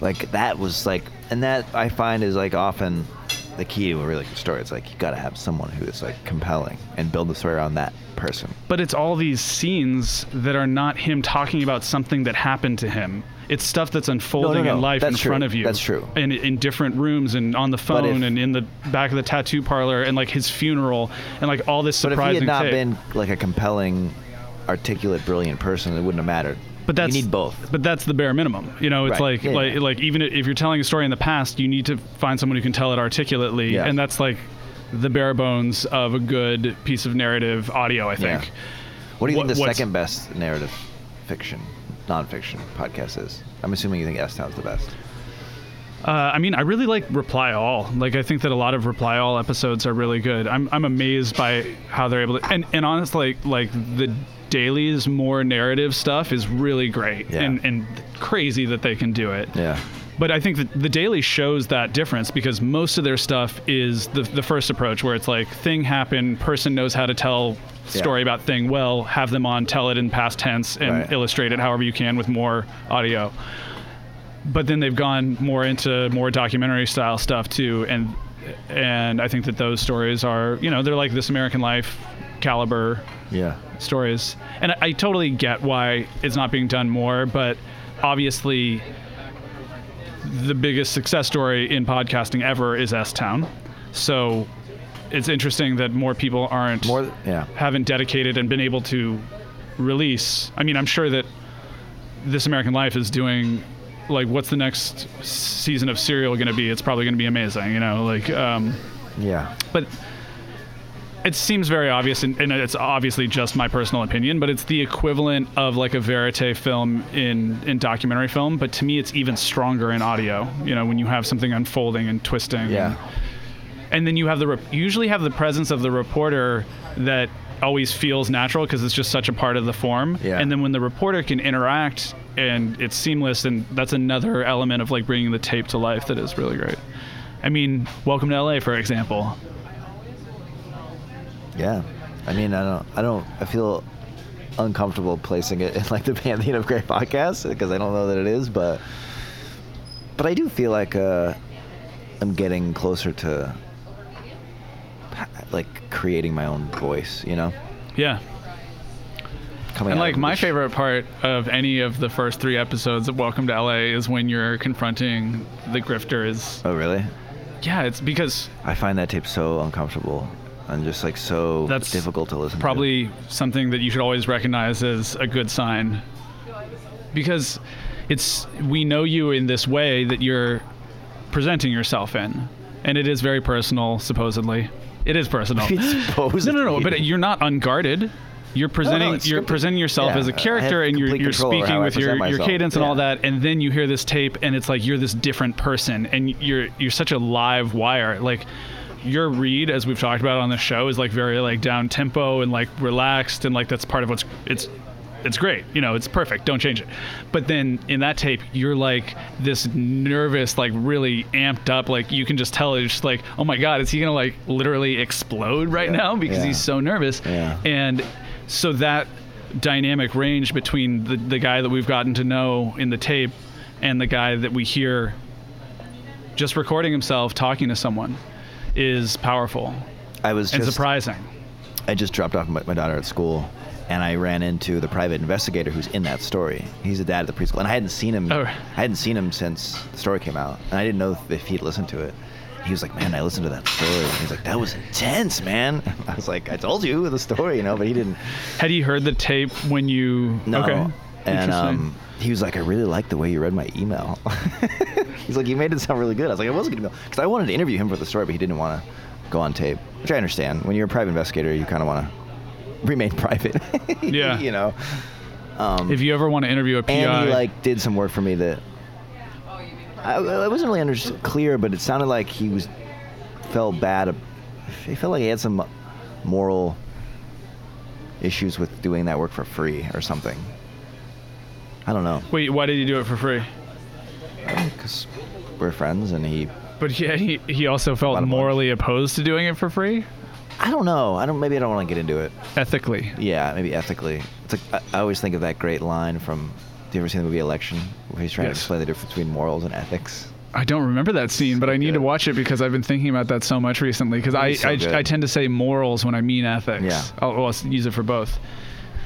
S2: like that was like, and that I find is like often the key to a really good story. It's like you gotta have someone who is like compelling and build the story around that person.
S1: but it's all these scenes that are not him talking about something that happened to him. It's stuff that's unfolding in
S2: no.
S1: life in
S2: That's true.
S1: front of you.
S2: That's true.
S1: And in different rooms and on the
S2: But if-
S1: phone and in the back of the tattoo parlor and like his funeral and like all this
S2: But if
S1: surprising
S2: he had not
S1: tape.
S2: been like a compelling, articulate, brilliant person, it wouldn't have mattered.
S1: but that's
S2: you need both.
S1: But that's the bare minimum. You know, it's
S2: Right.
S1: like
S2: Yeah,
S1: like
S2: yeah.
S1: like even if you're telling a story in the past, you need to find someone who can tell it articulately,
S2: Yeah.
S1: and that's like the bare bones of a good piece of narrative audio. I
S2: Yeah.
S1: think.
S2: What do you
S1: What-
S2: think the
S1: what's-
S2: second best narrative fiction, nonfiction podcast is? I'm assuming you think S Town's the best.
S1: Uh, I mean, I really like Reply All. Like, I think that a lot of Reply All episodes are really good. I'm, I'm amazed by how they're able to. And, and honestly, like, like, the dailies, more narrative stuff is really great
S2: Yeah.
S1: and, and crazy that they can do it.
S2: Yeah.
S1: But I think that the daily shows that difference because most of their stuff is the, the first approach where it's like thing happened, person knows how to tell story about thing well, have them on, tell it in past tense and
S2: Right.
S1: illustrate it however you can with more audio. but then they've gone more into more documentary style stuff too, and and I think that those stories are you know they're like this American Life caliber
S2: Yeah.
S1: stories. And I, I totally get why it's not being done more, but obviously, the biggest success story in podcasting ever is S Town. So it's interesting that more people aren't
S2: More. th- Yeah.
S1: haven't dedicated and been able to release. I mean, I'm sure that This American Life is doing like what's the next season of Serial going to be? It's probably going to be amazing, you know, like um
S2: Yeah.
S1: but it seems very obvious, and, and it's obviously just my personal opinion, but it's the equivalent of like a verite film in in documentary film. But to me, it's even stronger in audio. You know, when you have something unfolding and twisting,
S2: Yeah.
S1: and then you have the rep- you usually have the presence of the reporter that always feels natural because it's just such a part of the form.
S2: Yeah.
S1: And then when the reporter can interact and it's seamless, and that's another element of like bringing the tape to life that is really great. I mean, Welcome to LA, for example.
S2: Yeah. I mean, I don't. I don't. I feel uncomfortable placing it in like the (laughs) pantheon of great podcasts because I don't know that it is, but but I do feel like uh, I'm getting closer to like creating my own voice. You know,
S1: Yeah.
S2: coming
S1: And
S2: out
S1: like
S2: of
S1: my
S2: this-
S1: favorite part of any of the first three episodes of Welcome to LA is when you're confronting the grifters.
S2: Oh really?
S1: Yeah, it's because
S2: I find that tape so uncomfortable and just like so
S1: That's
S2: difficult to listen. to.
S1: probably something that you should always recognize as a good sign. Because it's we know you in this way that you're presenting yourself in. And it is very personal, supposedly. It is
S2: (laughs)
S1: personal. No, no, no. But you're not unguarded. You're presenting.
S2: it's
S1: you're
S2: scripted.
S1: presenting yourself
S2: Yeah,
S1: as a
S2: I have
S1: character, and you're
S2: complete
S1: you're
S2: control over how
S1: speaking
S2: I
S1: with your,
S2: present
S1: your
S2: myself.
S1: cadence and all
S2: Yeah.
S1: that, and then you hear this tape, and it's like you're this different person, and you're you're such a live wire. Like your read, as we've talked about on the show, is like very like down tempo and like relaxed, and like that's part of what's it's. It's great, you know. It's perfect. Don't change it. But then in that tape, you're like this nervous, like really amped up. Like you can just tell it's just like, oh my god, is he gonna like literally explode right
S2: Yeah.
S1: now because
S2: Yeah.
S1: he's so nervous?
S2: Yeah.
S1: And so that dynamic range between the, the guy that we've gotten to know in the tape and the guy that we hear just recording himself talking to someone is powerful
S2: I was
S1: and
S2: just
S1: surprising.
S2: I just dropped off my, my daughter at school, and I ran into the private investigator who's in that story. He's the dad of the preschool, and I hadn't seen him.
S1: Oh.
S2: I hadn't seen him since the story came out, and I didn't know if he'd listened to it. He was like, "Man, I listened to that story." He's like, "That was intense, man." (laughs) I was like, "I told you the story, you know," but he didn't.
S1: Had he heard the tape when you?
S2: No.
S1: Okay.
S2: And
S1: Interesting.
S2: um, he was like, I really like the way you read my email. (laughs) He's like, you made it sound really good. I was like, it was a good email. Because I wanted to interview him for the story, but he didn't want to go on tape, which I understand. When you're a private investigator, you kind of want to remain (laughs) private.
S1: Yeah.
S2: you know?
S1: if you ever want to interview a PI,
S2: And he um, like did some work for me that I, I wasn't really under- clear, but it sounded like he was felt bad. ab- He felt like he had some moral issues with doing that work for free or something. I don't know.
S1: wait, why did you do it for free?
S2: because we're friends and he
S1: But yeah, he, he also felt
S2: Bottom line.
S1: morally opposed to doing it for free,
S2: i don't know i don't maybe i don't want to get into it
S1: ethically.
S2: yeah maybe ethically it's like I, I always think of that great line from do you ever see the movie election where he's trying
S1: Yes.
S2: to explain the difference between morals and ethics
S1: I don't remember that scene, but I need
S2: good.
S1: to watch it because I've been thinking about that so much recently. Because I,
S2: It's so
S1: I,
S2: good.
S1: I tend to say morals when I mean ethics.
S2: Yeah. Eh.
S1: I'll, well, I'll use it for both.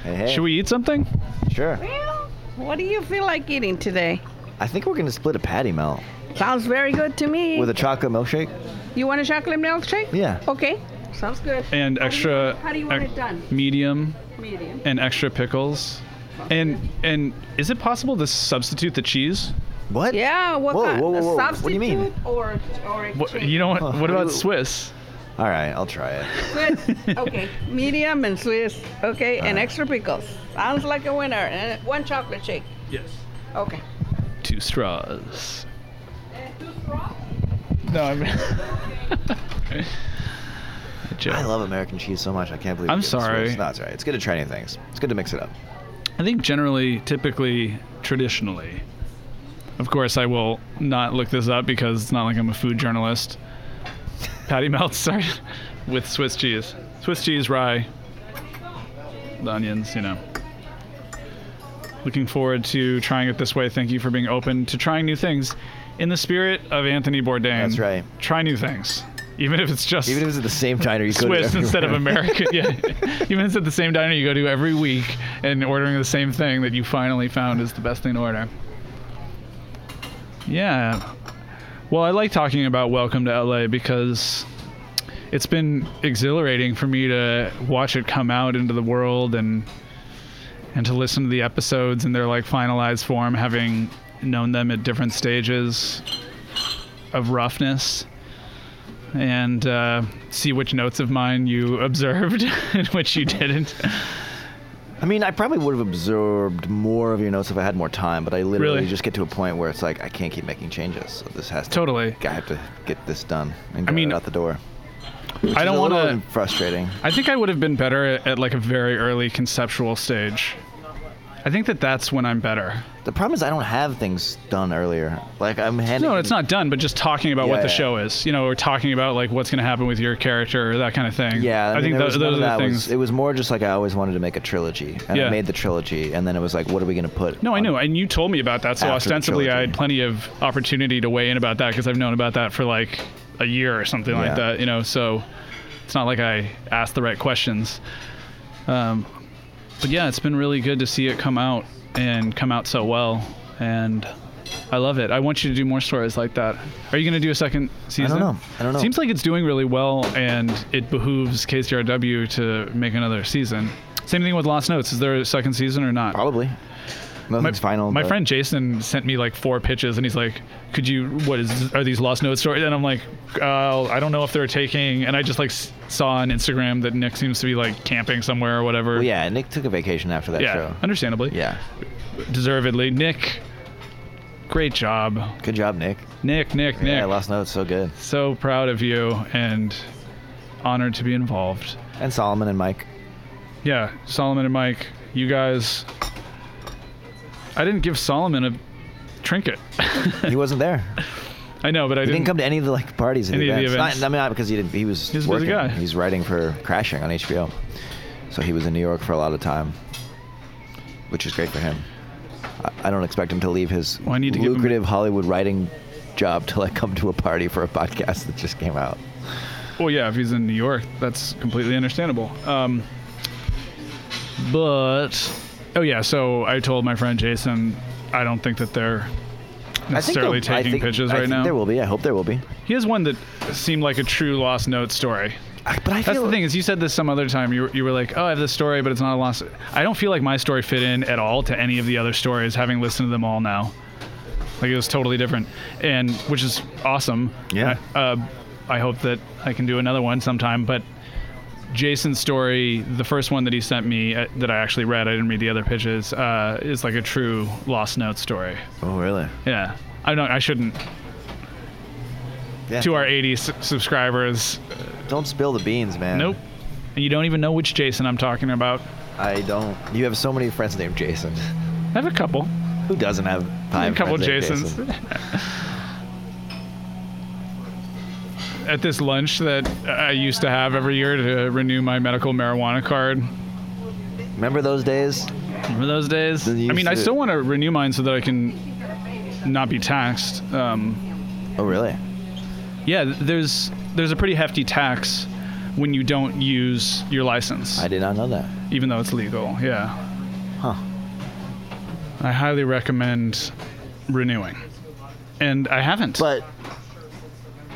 S2: hey, hey,
S1: Should we eat something?
S2: sure
S3: Well, what do you feel like eating today?
S2: i think we're gonna split a patty melt
S3: Sounds very good to me.
S2: with a chocolate milkshake
S3: you want a chocolate milkshake?
S2: Yeah.
S3: Okay. Sounds good.
S1: And
S3: How do you-
S1: extra.
S3: how do you want
S1: ex-
S3: it done?
S1: Medium
S3: Medium.
S1: and extra pickles. And and is it possible to substitute the cheese?
S2: what
S3: Yeah. What
S2: Whoa,
S3: kind?
S2: whoa,
S3: A
S2: whoa, whoa. What do
S3: Substitute
S2: you mean?
S3: or or a
S1: What,
S3: change?
S1: you know what?
S2: Oh,
S1: What
S2: how
S1: about
S2: do-
S1: Swiss?
S2: all right i'll try it
S1: (laughs)
S3: Good. Okay. Medium and Swiss. Okay. and
S2: right.
S3: extra pickles. Sounds like a winner. And one chocolate shake.
S1: Yes.
S3: Okay.
S1: Two straws.
S3: Eh,
S1: No, I'm. (laughs) Joke.
S2: i love american cheese so much i can't believe
S1: I'm
S2: we did this
S1: sorry.
S2: first. no it's all right it's good to try new things it's good to mix it up
S1: I think generally, typically, traditionally, of course, I will not look this up because it's not like I'm a food journalist. Patty melts (laughs) sorry, with Swiss cheese, Swiss cheese, rye, the onions, you know. Looking forward to trying it this way. Thank you for being open to trying new things. In the spirit of Anthony Bourdain.
S2: That's right.
S1: Try new things. Even if it's just
S2: Even if it's at the same diner, you go to
S1: Swiss instead of
S2: everywhere. (laughs)
S1: American. yeah. Even if it's at the same diner you go to every week and ordering the same thing that you finally found is the best thing to order. Yeah. Well, I like talking about Welcome to LA because it's been exhilarating for me to watch it come out into the world and and to listen to the episodes in their like finalized form having known them at different stages of roughness and uh, see which notes of mine you (laughs) observed and which you didn't.
S2: I mean, I probably would have absorbed more of your notes if I had more time, but I literally
S1: Really?
S2: just get to a point where it's like I can't keep making changes. So this has to.
S1: Totally.
S2: I have to get this done and
S1: I
S2: get
S1: mean,
S2: it out the door.
S1: I don't want to.
S2: to. Frustrating.
S1: I think I would have been better at, at like a very early conceptual stage. I think that that's when I'm better.
S2: The problem is I don't have things done earlier. Like I'm handing.
S1: No, it's not done, but just talking about what
S2: Yeah,
S1: the
S2: yeah.
S1: show is. You know, or talking about like what's going to happen with your character or that kind of thing.
S2: Yeah,
S1: I,
S2: mean,
S1: think
S2: there was
S1: tho-
S2: none
S1: those are
S2: of
S1: the
S2: that. It
S1: things.
S2: was- it was more just like I always wanted to make a trilogy, and I
S1: Yeah.
S2: made the trilogy, and then it was like, what are we going to put?
S1: No, I
S2: on-
S1: knew, and you told me about that. So
S2: After the
S1: ostensibly, I had
S2: trilogy.
S1: plenty of opportunity to weigh in about that because I've known about that for like a year or something
S2: Yeah.
S1: like that. You know, so it's not like I asked the right questions. Um, but yeah, it's been really good to see it come out and come out so well, and I love it. I want you to do more stories like that. Are you going to do a second season?
S2: know. I don't know.
S1: Seems like it's doing really well, and it behooves KCRW to make another season. Same thing with Lost Notes. Is there a second season or not?
S2: Probably. Nothing's final.
S1: My
S2: but-
S1: friend Jason sent me like four pitches, and he's like, "Could you? What is? Are these lost notes stories?" And I'm like, uh, "I don't know if they're taking." And I just like s- saw on Instagram that Nick seems to be like camping somewhere or whatever.
S2: Well, yeah, Nick took a vacation after that
S1: yeah,
S2: show.
S1: understandably.
S2: Yeah.
S1: deservedly. Nick, great job,
S2: Good job, Nick.
S1: Nick, Nick, Nick.
S2: Yeah, last note's so good.
S1: so proud of you and honored to be involved.
S2: And Solomon and Mike.
S1: Yeah, Solomon and Mike, you guys. I didn't give Solomon a trinket. (laughs)
S2: He wasn't there.
S1: I know, but I
S2: He didn't come to any of the like parties and
S1: Any of the
S2: events.
S1: events.
S2: Not, I mean, not because he didn't. He was
S1: He's a busy
S2: working.
S1: guy.
S2: He's writing for Crashing on HBO, so he was in New York for a lot of time, which is great for him. I, I don't expect him to leave his
S1: Well, I need to give him-
S2: lucrative Hollywood writing job to like come to a party for a podcast that just came out.
S1: Well, yeah, if he's in New York, that's completely understandable. Um, but oh yeah, so I told my friend Jason, I don't think that they're necessarily
S2: I think, there'll- I
S1: taking
S2: think-
S1: pitches
S2: I
S1: right
S2: think
S1: now.
S2: There will be. I hope there will be.
S1: He has one that seemed like a true lost note story.
S2: I- But I feel
S1: That's the thing is, you said this some other time. You were, you were like, "Oh, I have this story, but it's not a lost." I don't feel like my story fit in at all to any of the other stories, having listened to them all now. Like it was totally different, and which is awesome.
S2: Yeah.
S1: I, uh, I hope that I can do another one sometime. But Jason's story, the first one that he sent me uh, that I actually read, I didn't read the other pitches, uh, is like a true lost note story.
S2: Oh really?
S1: Yeah. I don't. I shouldn't.
S2: Yeah.
S1: To our 80 s- subscribers,
S2: Don't spill the beans, man.
S1: nope. And you don't even know which Jason I'm talking about.
S2: I don't. You have so many friends named Jason.
S1: I have a couple.
S2: Who doesn't have
S1: A
S2: five
S1: couple
S2: friends named
S1: Jasons.
S2: Jason?
S1: (laughs) At this lunch that I used to have every year to renew my medical marijuana card.
S2: Remember those days?
S1: Remember those days? I
S2: Then you
S1: mean, I
S2: used to-
S1: still want to renew mine so that I can not be taxed. Um,
S2: Oh really?
S1: yeah, th- there's there's a pretty hefty tax when you don't use your license,
S2: I did not know that.
S1: even though it's legal. Yeah,
S2: Huh.
S1: I highly recommend renewing, and I haven't.
S2: But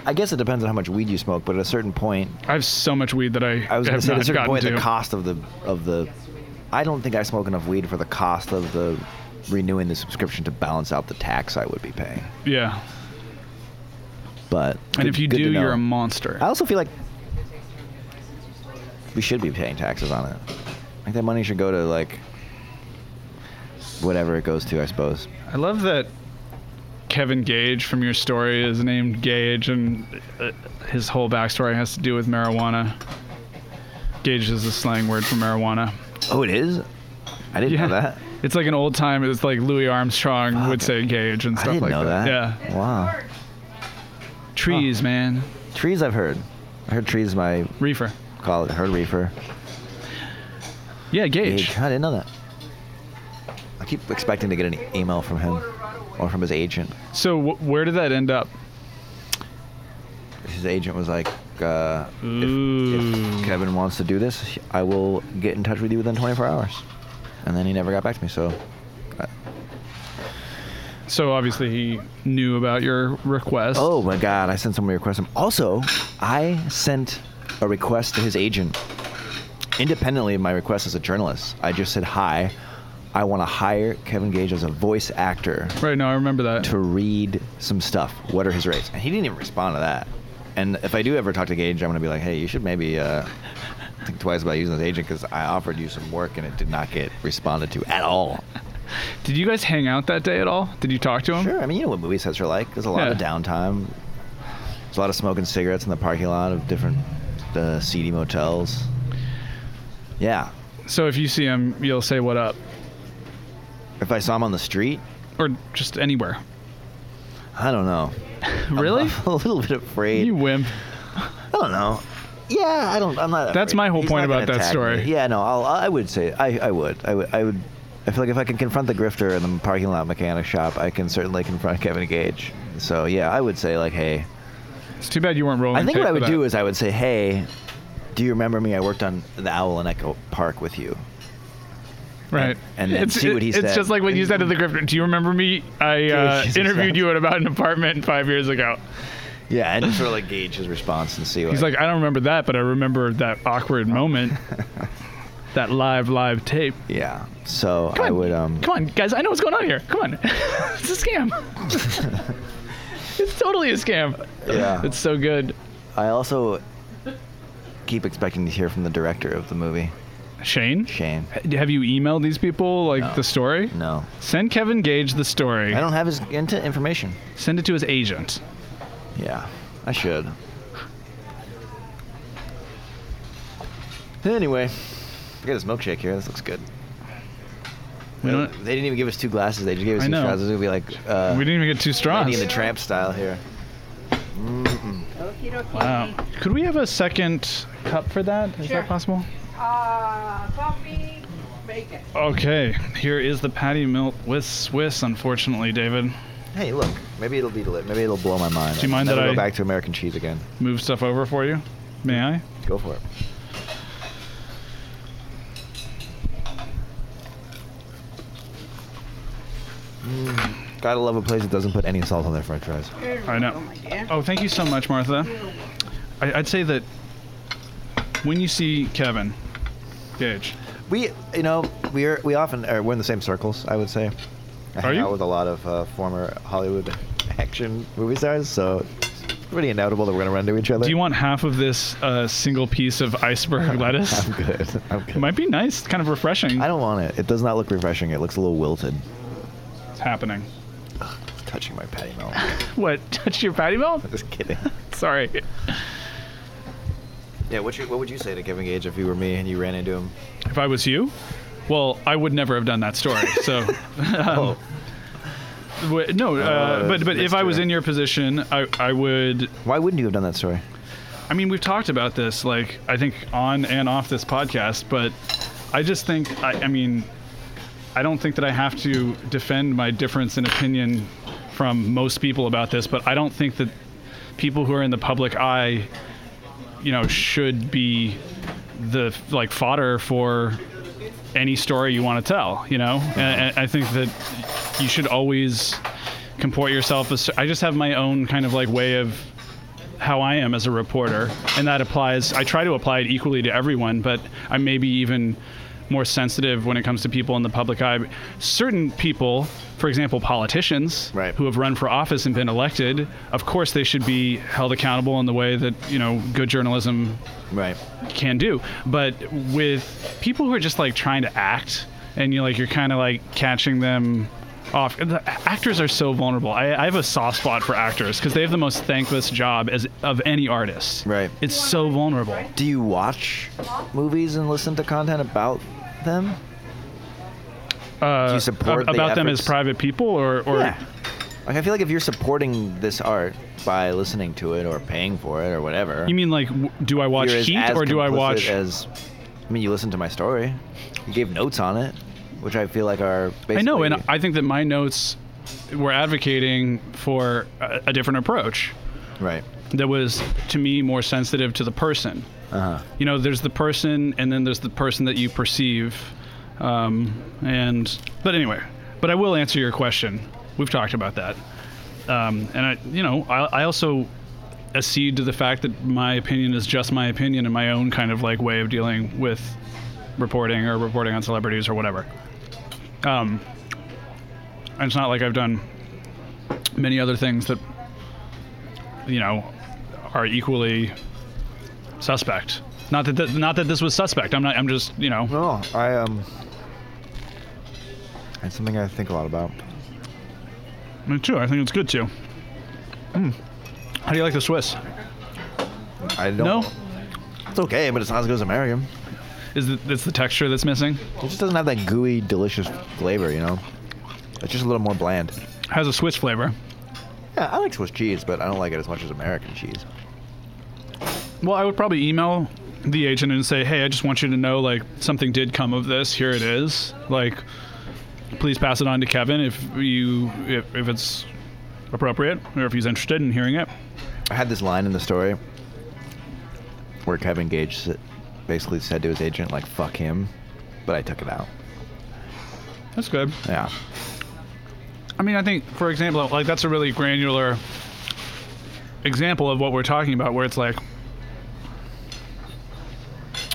S2: I guess it depends on how much weed you smoke. But at a certain point,
S1: I have so much weed that I,
S2: I was going
S1: have
S2: to say at a
S1: not
S2: certain
S1: gotten
S2: point,
S1: to.
S2: the cost of the of the. I don't think I smoke enough weed for the cost of the renewing the subscription to balance out the tax I would be paying.
S1: yeah,
S2: But
S1: and
S2: good-
S1: if you
S2: good to
S1: do,
S2: know. Oh.
S1: you're a monster.
S2: I also feel like we should be paying taxes on it. Like that money should go to like whatever it goes to, I suppose.
S1: I love that Kevin Gage from your story is named Gage, and uh, his whole backstory has to do with marijuana. Gage is a slang word for marijuana.
S2: Oh, it is. I didn't know
S1: (laughs)
S2: that.
S1: It's like an old time. It's like Louis Armstrong would say Gage and
S2: I
S1: stuff
S2: didn't
S1: like
S2: know that.
S1: Yeah,
S2: Wow.
S1: trees, man,
S2: Trees, I've heard. I heard trees. My
S1: reefer.
S2: call it heard reefer.
S1: Yeah, Gage.
S2: Gage. I didn't know that. I I keep expecting to get an email from him or from his agent.
S1: So wh- where did that end up?
S2: His agent was like, uh, if,
S1: Ooh.
S2: if Kevin wants to do this, I will get in touch with you within 24 hours. And then he never got back to me. So
S1: So obviously he knew about your request.
S2: Oh my god, I sent someone a request. Also, I sent a request to his agent. Independently of my request as a journalist, I just said, Hi, I want to hire Kevin Gage as a voice actor
S1: Right now I remember that.
S2: to read some stuff. What are his rates? And he didn't even respond to that. And if I do ever talk to Gage, I'm going to be like, Hey, you should maybe uh, think twice about using this agent because I offered you some work and it did not get responded to at all.
S1: Did you guys hang out that day at all? Did you talk to him?
S2: Sure. I mean, you know what movie sets are like. There's a lot of
S1: Yeah.
S2: downtime. There's a lot of smoking cigarettes in the parking lot of different uh, seedy motels. Yeah.
S1: So if you see him, you'll say what up,
S2: If I saw him on the street,
S1: or just anywhere.
S2: I don't know. I'm-
S1: Really?
S2: I'm, (laughs) a little bit afraid.
S1: You wimp.
S2: I don't know. Yeah, I don't. I'm not.
S1: That's
S2: afraid.
S1: my whole
S2: He's
S1: point
S2: not gonna
S1: about that
S2: attack
S1: story.
S2: me. Yeah, no. I'll, I would say I, I would. I would. I would. I feel like if I can confront the grifter in the parking lot mechanic shop, I can certainly confront Kevin Gage. So yeah, I would say like, hey,
S1: It's too bad you weren't rolling.
S2: I think what
S1: tape for
S2: I would
S1: that.
S2: do is I would say, "Hey, do you remember me? I worked on the Owl in Echo Park with you."
S1: right
S2: and then see what he
S1: it's
S2: said.
S1: just like when you said to the grifter. Do you remember me? I uh,
S2: Jesus
S1: interviewed
S2: Christ.
S1: you at about an apartment five years ago.
S2: Yeah, and sort of like gauge his response and see what.
S1: He's like, I don't remember that, but I remember that
S2: Oh.
S1: awkward
S2: (laughs)
S1: moment. that live, live tape.
S2: "Yeah." So
S1: Come
S2: I
S1: on,
S2: would. Um,
S1: come on, guys. I know what's going on here. Come
S2: (laughs)
S1: on, (laughs) it's a scam. (laughs) it's totally a scam.
S2: Yeah.
S1: It's so good.
S2: I also keep expecting to hear from the director of the movie,
S1: Shane,
S2: Shane.
S1: H- have you emailed these people like
S2: No.
S1: the story?
S2: No,
S1: Send Kevin Gage the story.
S2: I don't have his int- information.
S1: Send it to his agent.
S2: Yeah, I should. Anyway, I got this milkshake here. This looks good.
S1: We
S2: They-
S1: don't.
S2: they didn't even give us two glasses. They just gave us
S1: I
S2: two
S1: know.
S2: straws. It would be like uh,
S1: We didn't even get two straws.
S2: Lady and the Tramp style here.
S4: Okie dokie.
S1: Wow. Uh, Could we have a second cup for that? Is
S4: Sure.
S1: that possible?
S4: Uh, coffee, bacon.
S1: Okay. Here is the patty melt with Swiss, unfortunately, David.
S2: Hey, look. Maybe it'll be lit. Maybe it'll blow my mind.
S1: Do you mind
S2: I'll
S1: that
S2: never
S1: I-
S2: go back to American cheese again?
S1: Move stuff over for you. May I?
S2: Go for it. Mm, gotta love a place that doesn't put any salt on their French fries.
S1: I know.
S4: Oh, my dear.
S1: Oh, thank you so much, Martha. I, I'd say that when you see Kevin Gage,
S2: We, you know, we're we often are, we're in the same circles. I would say. I
S1: Are
S2: hang
S1: you?
S2: out with a lot of uh, former Hollywood (laughs) action movie stars, so it's pretty inevitable that we're gonna run into each other.
S1: do you want half of this uh, single piece of iceberg lettuce?
S2: (laughs) I'm good. I'm good.
S1: It might be nice, kind of refreshing.
S2: I don't want it. It does not look refreshing. It looks a little wilted.
S1: It's happening.
S2: It's touching my patty melt.
S1: (laughs) What? Touch your patty melt?
S2: Just kidding.
S1: Sorry.
S2: Yeah, what's your, what would you say to Kevin Gage if you were me and you ran into him?
S1: If I was you, well, I would never have done that story.
S2: (laughs)
S1: So, Um,
S2: Oh,
S1: w- no. Uh,
S2: Uh,
S1: but but if I was
S2: Mr.
S1: in your position, I I would.
S2: why wouldn't you have done that story?
S1: I mean, we've talked about this, like I think on and off this podcast, but I just think I, I mean, I don't think that I have to defend my difference in opinion from most people about this, but I don't think that people who are in the public eye, you know, should be the like fodder for any story you want to tell, you know? And, and I think that you should always comport yourself as I just have my own kind of like way of how I am as a reporter, and that applies. I try to apply it equally to everyone, but I may be even more sensitive when it comes to people in the public eye. Certain people, for example, politicians
S2: Right.
S1: who have run for office and been elected, of course they should be held accountable in the way that you know good journalism
S2: Right.
S1: can do. But with people who are just like trying to act, and you like you're kind of like catching them off. and the actors are so vulnerable. I, I have a soft spot for actors because they have the most thankless job as of any artist.
S2: Right.
S1: It's so vulnerable.
S2: Do you watch movies and listen to content about them?
S1: Uh,
S2: Do you support
S1: ab-
S2: the
S1: about them as
S2: efforts?
S1: private people or or
S2: Like I feel like if you're supporting this art by listening to it or paying for it or whatever,
S1: you mean like w- do I watch
S2: you're as-
S1: Heat
S2: as
S1: or do I
S2: complicit
S1: watch?
S2: As I mean, you listened to my story. You gave notes on it. which I feel like are. Basically,
S1: I know, and I think that my notes were advocating for a, a different approach
S2: right.
S1: that was, to me, more sensitive to the person.
S2: Uh huh.
S1: You know, there's the person, and then there's the person that you perceive. Um, and but anyway, but I will answer your question. We've talked about that, um, and I, you know, I, I also accede to the fact that my opinion is just my opinion and my own kind of like way of dealing with reporting or reporting on celebrities or whatever. Um, and it's not like I've done many other things that, you know, are equally suspect. Not that th- not that this was suspect. I'm not. I'm just you know.
S2: No, I um. It's something I think a lot about.
S1: Me too. I think it's good too. Mm. How do you like the Swiss?
S2: I don't.
S1: No,
S2: It's okay, but it's not as good as American.
S1: is it, it's the texture that's missing.
S2: It just doesn't have that gooey, delicious flavor, you know. It's just a little more bland.
S1: Has a Swiss flavor.
S2: Yeah, I like Swiss cheese, but I don't like it as much as American cheese.
S1: Well, I would probably email the agent and say, "Hey, I just want you to know like something did come of this. Here it is. Like, please pass it on to Kevin if you if, if it's appropriate or if he's interested in hearing it."
S2: I had this line in the story where Kevin Gage s- basically said to his agent, like, fuck him, but I took it out.
S1: That's good.
S2: Yeah.
S1: I mean, I think, for example, like that's a really granular example of what we're talking about, where it's like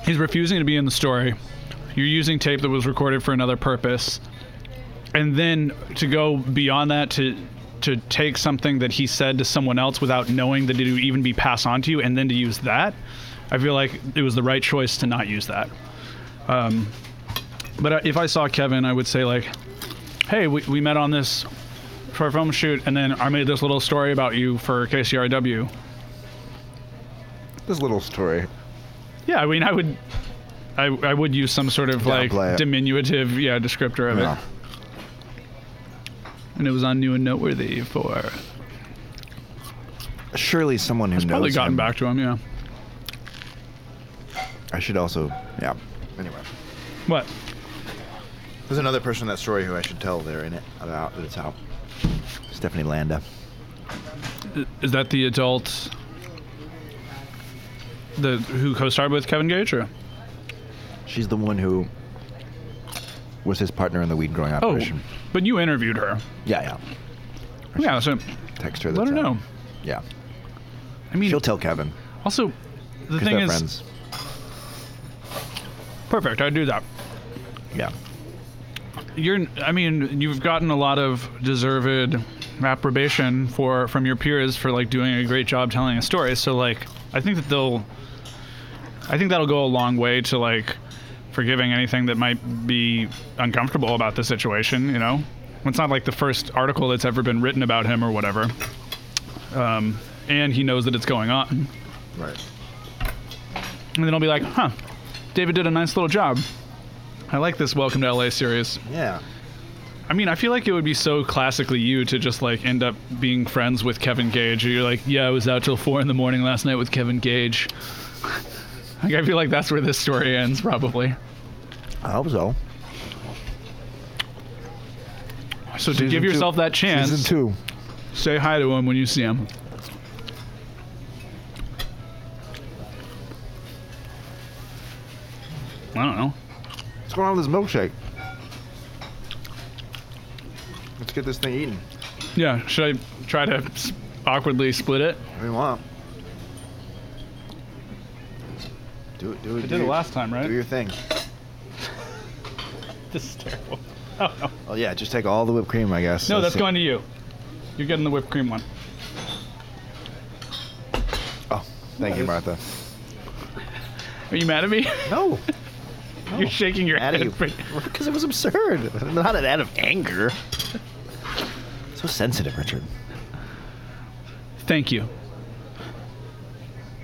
S1: he's refusing to be in the story. You're using tape that was recorded for another purpose, and then to go beyond that to to take something that he said to someone else without knowing that it would even be passed on to you, and then to use that, I feel like it was the right choice to not use that. Um, but I- if I saw Kevin, I would say like, hey, we, we met on this for a film shoot, and then I made this little story about you for KCRW.
S2: This little story.
S1: Yeah, I mean, I would, I, I would use some sort of like
S2: Downplay it.
S1: diminutive, yeah, descriptor of
S2: Yeah.
S1: it. And it was on New and Noteworthy for
S2: Surely someone who knows.
S1: probably gotten
S2: him-
S1: back to him. Yeah.
S2: I should also. Yeah. Anyway.
S1: What?
S2: There's another person in that story who I should tell they're in it about that it's out. Stephanie Landa.
S1: I- Is that the adult? The who co-starred with Kevin Gage or?
S2: She's the one who was his partner in the weed growing
S1: Oh,
S2: operation.
S1: but you interviewed her.
S2: Yeah, yeah.
S1: Yeah, so
S2: Text her.
S1: let
S2: that's
S1: her
S2: out.
S1: know.
S2: Yeah.
S1: I mean,
S2: She'll tell Kevin
S1: also, the
S2: because
S1: thing
S2: they're
S1: is,
S2: friends.
S1: perfect. I'd do that.
S2: Yeah.
S1: you're i mean you've gotten a lot of deserved approbation for from your peers for like doing a great job telling a story so like i think that they'll i think that'll go a long way to like forgiving anything that might be uncomfortable about the situation you know it's not like the first article that's ever been written about him or whatever um, and he knows that it's going on and
S2: Right.
S1: then i'll be like huh david did a nice little job i like this welcome to la series
S2: Yeah.
S1: I mean, I feel like it would be so classically you to just like end up being friends with Kevin Gage. Or you're like, yeah, I was out till four in the morning last night with Kevin Gage. like, I feel like that's where this story ends, probably.
S2: I hope so.
S1: So to
S2: Season
S1: give
S2: two.
S1: yourself that
S2: Season
S1: chance,
S2: two.
S1: say hi to him when you see him. I don't know.
S2: What's going on with this milkshake? Let's get this thing eaten.
S1: Yeah, should I try to s- awkwardly split it?
S2: What do you want? Do it. Do it.
S1: I
S2: do
S1: did it
S2: your-
S1: last time,
S2: Do
S1: right?
S2: your thing.
S1: This is terrible.
S2: Oh yeah, just take all the whipped cream, I guess.
S1: No, that's
S2: it.
S1: going to you. You're getting the whipped cream one.
S2: Oh, thank
S1: (laughs)
S2: you, Martha.
S1: Are you mad at me? (laughs)
S2: No,
S1: You're shaking your
S2: mad
S1: head.
S2: at
S1: (laughs)
S2: you
S1: pretty-
S2: because it was absurd. (laughs) Not an out of anger. So sensitive, Richard.
S1: Thank you.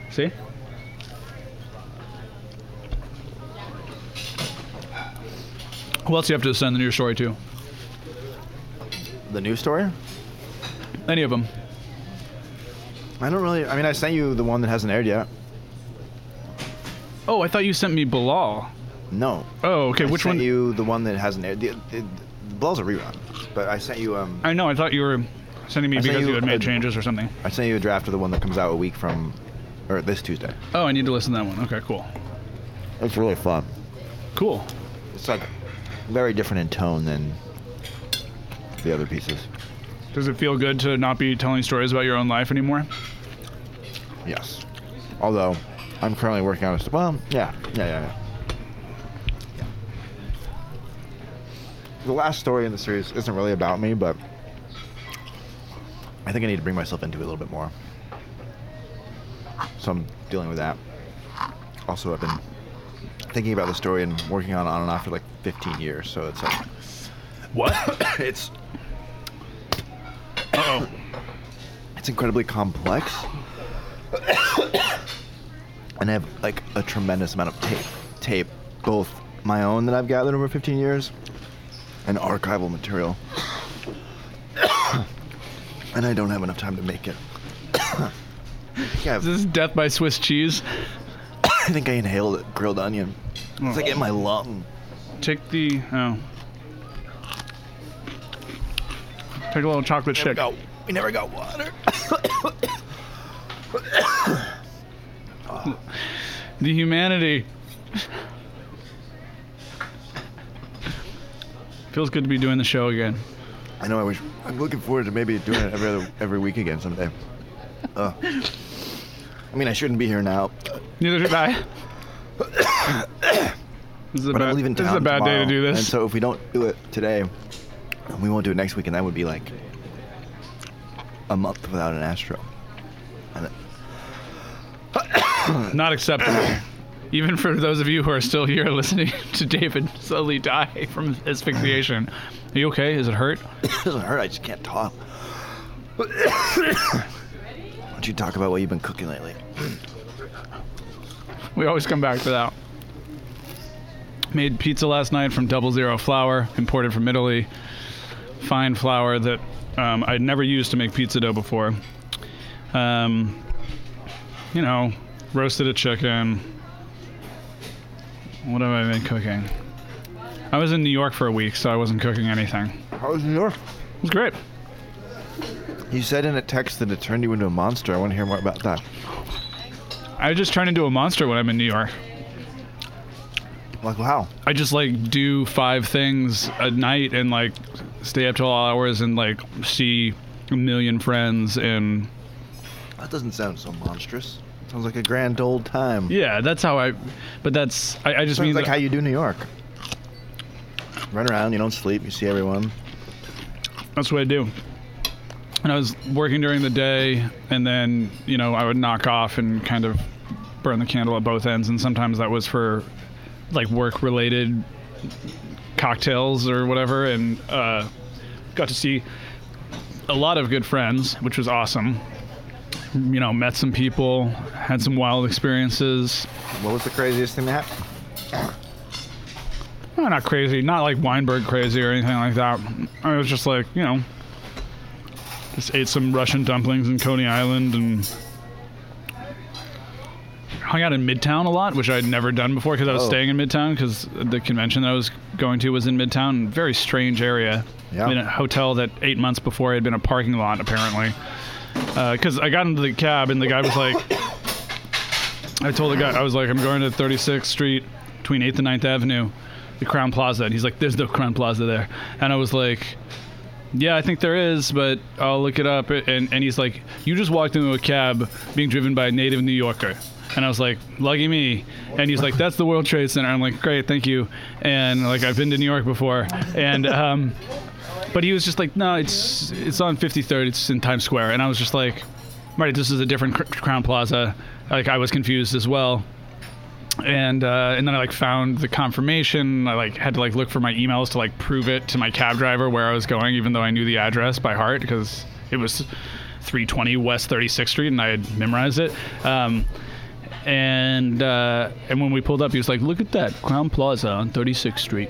S1: See? Who else do you have to send the new story to?
S2: The news story?
S1: Any of them?
S2: I don't really. I mean, I sent you the one that hasn't aired yet.
S1: Oh, I thought you sent me Bilal.
S2: No.
S1: Oh, okay.
S2: I
S1: Which
S2: sent
S1: one?
S2: You the one that hasn't aired. The, the, the Blow's a rerun, but I sent you um
S1: I know. I thought you were sending me
S2: I sent
S1: because
S2: you
S1: you had
S2: a-
S1: made changes or something.
S2: I sent you a draft of the one that comes out a week from, or this Tuesday.
S1: Oh, I need to listen to that one. Okay, cool.
S2: It's really fun.
S1: Cool.
S2: It's like very different in tone than the other pieces.
S1: Does it feel good to not be telling stories about your own life anymore?
S2: Yes. Although I'm currently working on a s- well, yeah, yeah, yeah, yeah. The last story in the series isn't really about me, but I think I need to bring myself into it a little bit more. So I'm dealing with that. Also, I've been thinking about the story and working on it on and off for like 15 years, so it's like
S1: What?
S2: it's
S1: oh.
S2: it's incredibly complex (coughs) and i have like a tremendous amount of tape tape both my own that i've gathered over 15 years and archival material (coughs) and i don't have enough time to make it (coughs) yeah,
S1: Is (laughs) this death by Swiss cheese?
S2: (coughs) i think i inhaled a grilled onion it's like in my lung
S1: Take the oh. Take a little chocolate
S2: we never
S1: shake.
S2: got, we never got water (coughs)
S1: The humanity. Feels good to be doing the show again.
S2: i know i wish i'm looking forward to maybe doing it every other every week again someday (coughs) Ugh. i mean i shouldn't be here now
S1: Neither should I. this is a
S2: But
S1: bad,
S2: I'm leaving
S1: this
S2: town
S1: is a bad day to
S2: tomorrow,
S1: do this.
S2: And so if we don't do it today, and we won't do it next week, and that would be like a month without an Astro. And it-
S1: Not acceptable. Even for those of you who are still here (laughs) listening to David slowly die from asphyxiation. Are you okay? Is it hurt?
S2: it (coughs) doesn't hurt. I just can't talk. (coughs) Why don't you talk about what you've been cooking lately?
S1: We always come back to that. Made pizza last night from double zero flour, imported from Italy. Fine flour that um, I'd never used to make pizza dough before. Um, you know, roasted a chicken. What have I been cooking? I was in New York for a week, so I wasn't cooking anything.
S2: How was New York?
S1: It was great.
S2: You said in a text that it turned you into a monster. I want to hear more about that.
S1: I just turn into a monster when I'm in New York.
S2: Like wow.
S1: I just like do five things a night and like stay up till all hours and like see a million friends and
S2: That doesn't sound so monstrous. Sounds like a grand old time.
S1: yeah, that's how I. But that's I, I just mean
S2: Sounds like
S1: that-
S2: how you do New York. Run around. You don't sleep. You see everyone.
S1: that's what I do. And I was working during the day, and then you know I would knock off and kind of burn the candle at both ends, and sometimes that was for like work-related cocktails or whatever, and uh, got to see a lot of good friends, which was awesome. You know, met some people, had some wild experiences.
S2: What was the craziest thing that happened?
S1: No, not crazy, not like Weinberg crazy or anything like that. I was just like, you know, just ate some Russian dumplings in Coney Island and hung out in Midtown a lot, which I'd never done before because I was
S2: Oh.
S1: staying in Midtown because the convention that I was going to was in Midtown, very strange area.
S2: Yeah.
S1: In a hotel that eight months before had been a parking lot, apparently. Because I got into the cab and the guy was like, I told the guy, I was like, I'm going to 36th Street between 8th and 9th Avenue, the Crown Plaza. And he's like, there's no Crown Plaza there. And I was like, yeah, I think there is, but I'll look it up. And, and he's like, you just walked into a cab being driven by a native New Yorker. And I was like, lucky me. And he's like, that's the World Trade Center. I'm like, great, thank you. And like, I've been to New York before. And, um, but he was just like, no, it's it's on 53rd. It's in Times Square. And I was just like, right, this is a different Cr- Crown Plaza. Like I was confused as well. And uh, and then I like found the confirmation. I like had to like look for my emails to like prove it to my cab driver where I was going, even though I knew the address by heart because it was 320 West 36th Street and I had memorized it. Um, and uh, and when we pulled up, he was like, "Look at that Crown Plaza on 36th Street."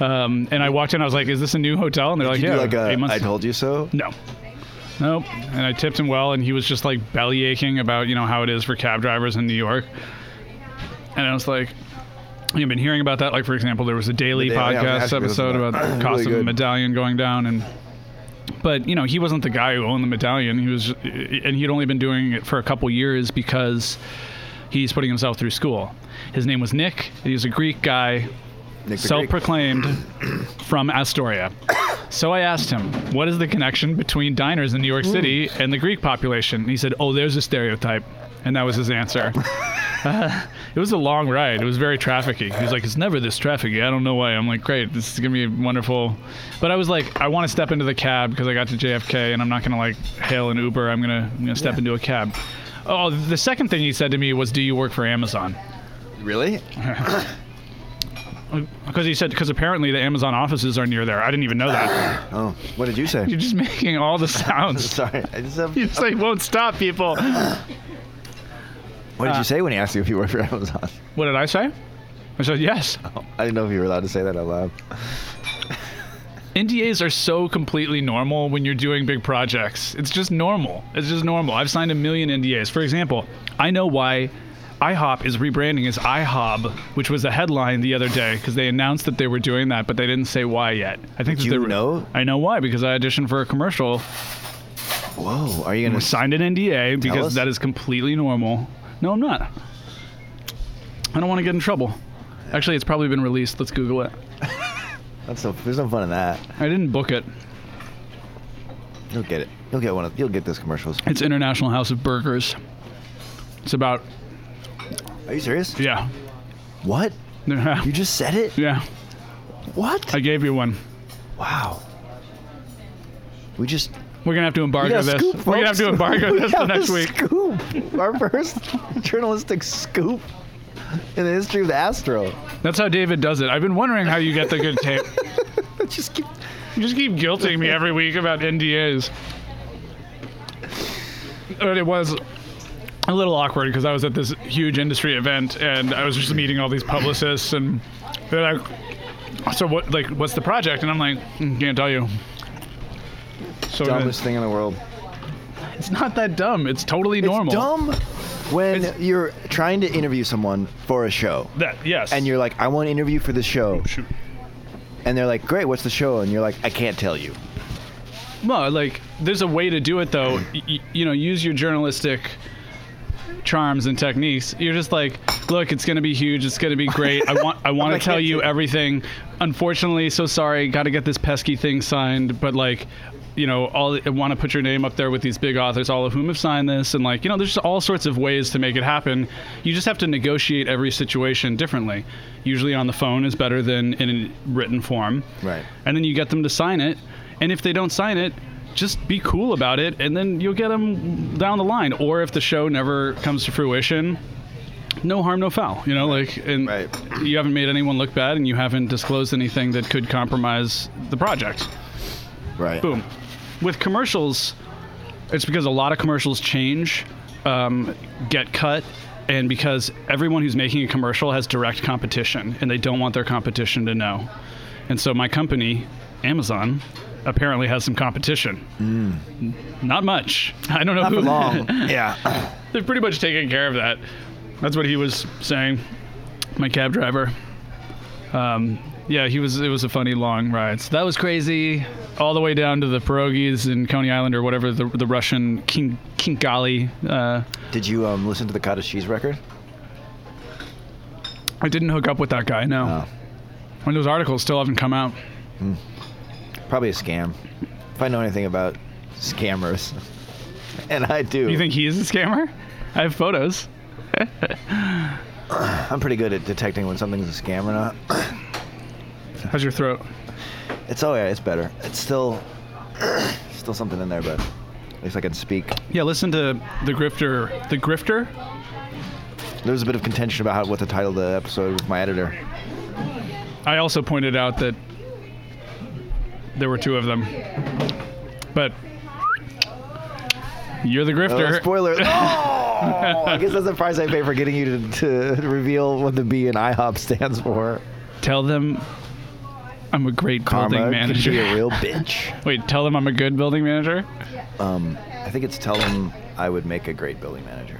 S1: Um, and I walked in, I was like, "Is this a new hotel?" And they're like,
S2: Did you
S1: Oh, "Yeah,
S2: do like a,
S1: eight months
S2: I told you so.
S1: no. Nope. And I tipped him well, and he was just like belly aching about, you know, how it is for cab drivers in New York. And I was like, You've been hearing about that. Like, for example, there was a daily
S2: The Daily- yeah, I was
S1: podcast
S2: actually
S1: episode
S2: listening to
S1: about
S2: that. (clears throat)
S1: the cost
S2: Really
S1: of a
S2: good.
S1: medallion going down. And, but, you know, he wasn't the guy who owned the medallion. He was, and he'd only been doing it for a couple years because he's putting himself through school. His name was Nick. and He was a Greek guy,
S2: Nick the Greek.
S1: self-proclaimed from Astoria. So I asked him, "What is the connection between diners in New York City
S2: Mm.
S1: and the Greek population?" And he said, "Oh, there's a stereotype," and that was his
S2: (laughs)
S1: answer. Uh, it was a long ride. It was very trafficky. He was like, "It's never this trafficky. I don't know why." I'm like, "Great, this is gonna be wonderful," but I was like, "I want to step into the cab because I got to JFK, and I'm not gonna like hail an Uber. I'm gonna I'm gonna step into a cab." Oh, the second thing he said to me was, "Do you work for Amazon?" (laughs)
S2: Really?
S1: Because he said, because apparently the Amazon offices are near there. I didn't even know
S2: (laughs)
S1: that.
S2: Oh, what did you say?
S1: You're just making all the sounds. (laughs)
S2: (laughs) Sorry, I just um, have,
S1: You just like won't stop people.
S2: What did
S1: uh,
S2: you say when he asked you if you work for Amazon? (laughs)
S1: What did I say? I said yes.
S2: I didn't know if you were allowed to say that out loud.
S1: NDAs are so completely normal when you're doing big projects. It's just normal. It's just normal. I've signed a million NDAs. For example, I know why IHOP is rebranding as IHOB, which was a headline the other day because they announced that they were doing that, but they didn't say why yet. I think that
S2: you
S1: they were-
S2: know?
S1: I know why because I auditioned for a commercial
S2: Whoa, are you
S1: I
S2: gonna?
S1: signed an NDA because
S2: us?
S1: that is completely normal. No, I'm not. I don't want to get in trouble. Actually, it's probably been released. Let's Google it.
S2: That's so, there's no fun in that.
S1: I didn't book it.
S2: You'll get it. You'll get one of. You'll get those commercials.
S1: It's International House of Burgers. It's about
S2: Are you serious?
S1: yeah, (laughs)
S2: What?
S1: yeah,
S2: You just said it?
S1: yeah.
S2: What?
S1: I gave you one.
S2: wow. We just.
S1: We're gonna have to
S2: We
S1: embargo
S2: got a
S1: this.
S2: scoop,
S1: We're gonna have to
S2: folks.
S1: embargo
S2: (laughs) We
S1: this the
S2: have a
S1: next week.
S2: Scoop. Our first (laughs) journalistic scoop in the history of the Astro.
S1: That's how David does it. I've been wondering how you get the
S2: (laughs)
S1: good tape.
S2: just keep.
S1: You (laughs) just keep guilting me every week about NDAs. But it was a little awkward because I was at this huge industry event and I was just meeting all these publicists and they're like, "So what? Like, what's the project?" And I'm like, "Mm, "Can't tell you." So then-
S2: Dumbest thing in the world.
S1: it's not that dumb. It's totally normal.
S2: It's dumb when
S1: It's-
S2: you're trying to interview someone for a show.
S1: That yes.
S2: And you're like, I want to interview for this show.
S1: shoot.
S2: And they're like, great, what's the show? And you're like, I can't tell you.
S1: No, like there's a way to do it though. Y- y- you know, use your journalistic charms and techniques. You're just like, look, it's gonna be huge. It's gonna be great. I want, I want
S2: I
S1: to tell
S2: can't
S1: you
S2: do it."
S1: everything. Unfortunately, so sorry. Got to get this pesky thing signed. But like, you know, all I want to put your name up there with these big authors, all of whom have signed this, and like, you know, there's all sorts of ways to make it happen. You just have to negotiate every situation differently. Usually on the phone is better than in written form
S2: Right.
S1: and then you get them to sign it. And if they don't sign it, just be cool about it, and then you'll get them down the line. Or if the show never comes to fruition, no harm, no foul. You know, like, and
S2: Right.
S1: you haven't made anyone look bad, and you haven't disclosed anything that could compromise the project.
S2: Right.
S1: Boom. With commercials, it's because a lot of commercials change, um, get cut, and because everyone who's making a commercial has direct competition, and they don't want their competition to know. And so my company, Amazon, apparently has some competition. Not much. (laughs) I don't know
S2: Mm. Not
S1: who.
S2: for (laughs)
S1: (laughs)
S2: long. yeah.
S1: They've pretty much taken care of that. That's what he was saying. My cab driver. Um, yeah, he was. It was a funny long ride. So that was crazy, all the way down to the pierogies in Coney Island or whatever the, the Russian King Kingali. Uh,
S2: (laughs) Did you um, listen to the cottage cheese record?
S1: I didn't hook up with that guy. No,
S2: Oh.
S1: when those articles still haven't come out.
S2: Probably a scam. If I know anything about scammers, (laughs) and I do,
S1: You think he is a scammer? I have photos.
S2: I'm pretty good at detecting when something's a scam or not.
S1: How's your throat?
S2: It's alright. It's better. It's still, (clears throat) still something in there, but at least I can speak.
S1: Yeah, listen to the grifter. The grifter.
S2: There was a bit of contention about how, what to title the episode with
S1: (laughs)
S2: my editor.
S1: I also pointed out that there were two of them. But you're the
S2: Oh,
S1: grifter. (laughs)
S2: spoiler! Oh, I guess that's the price I pay for getting you to, to reveal what the B in IHOP stands for.
S1: tell them I'm a great
S2: Karma
S1: building
S2: could be a
S1: manager.
S2: real
S1: (laughs)
S2: bitch.
S1: Wait, tell them I'm a good building manager?
S2: Um, I think it's tell him I would make a great building manager.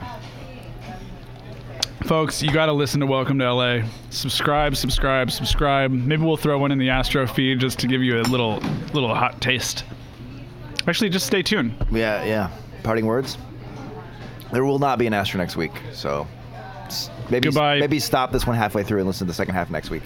S1: folks, you got to listen to Welcome to LA. Subscribe, subscribe, subscribe. Maybe we'll throw one in the Astro feed just to give you a little little hot taste. Actually, just stay tuned.
S2: Yeah, yeah. Parting words. There will not be an Astro next week, so s- maybe
S1: Goodbye.
S2: maybe stop this one halfway through and listen to the second half next week.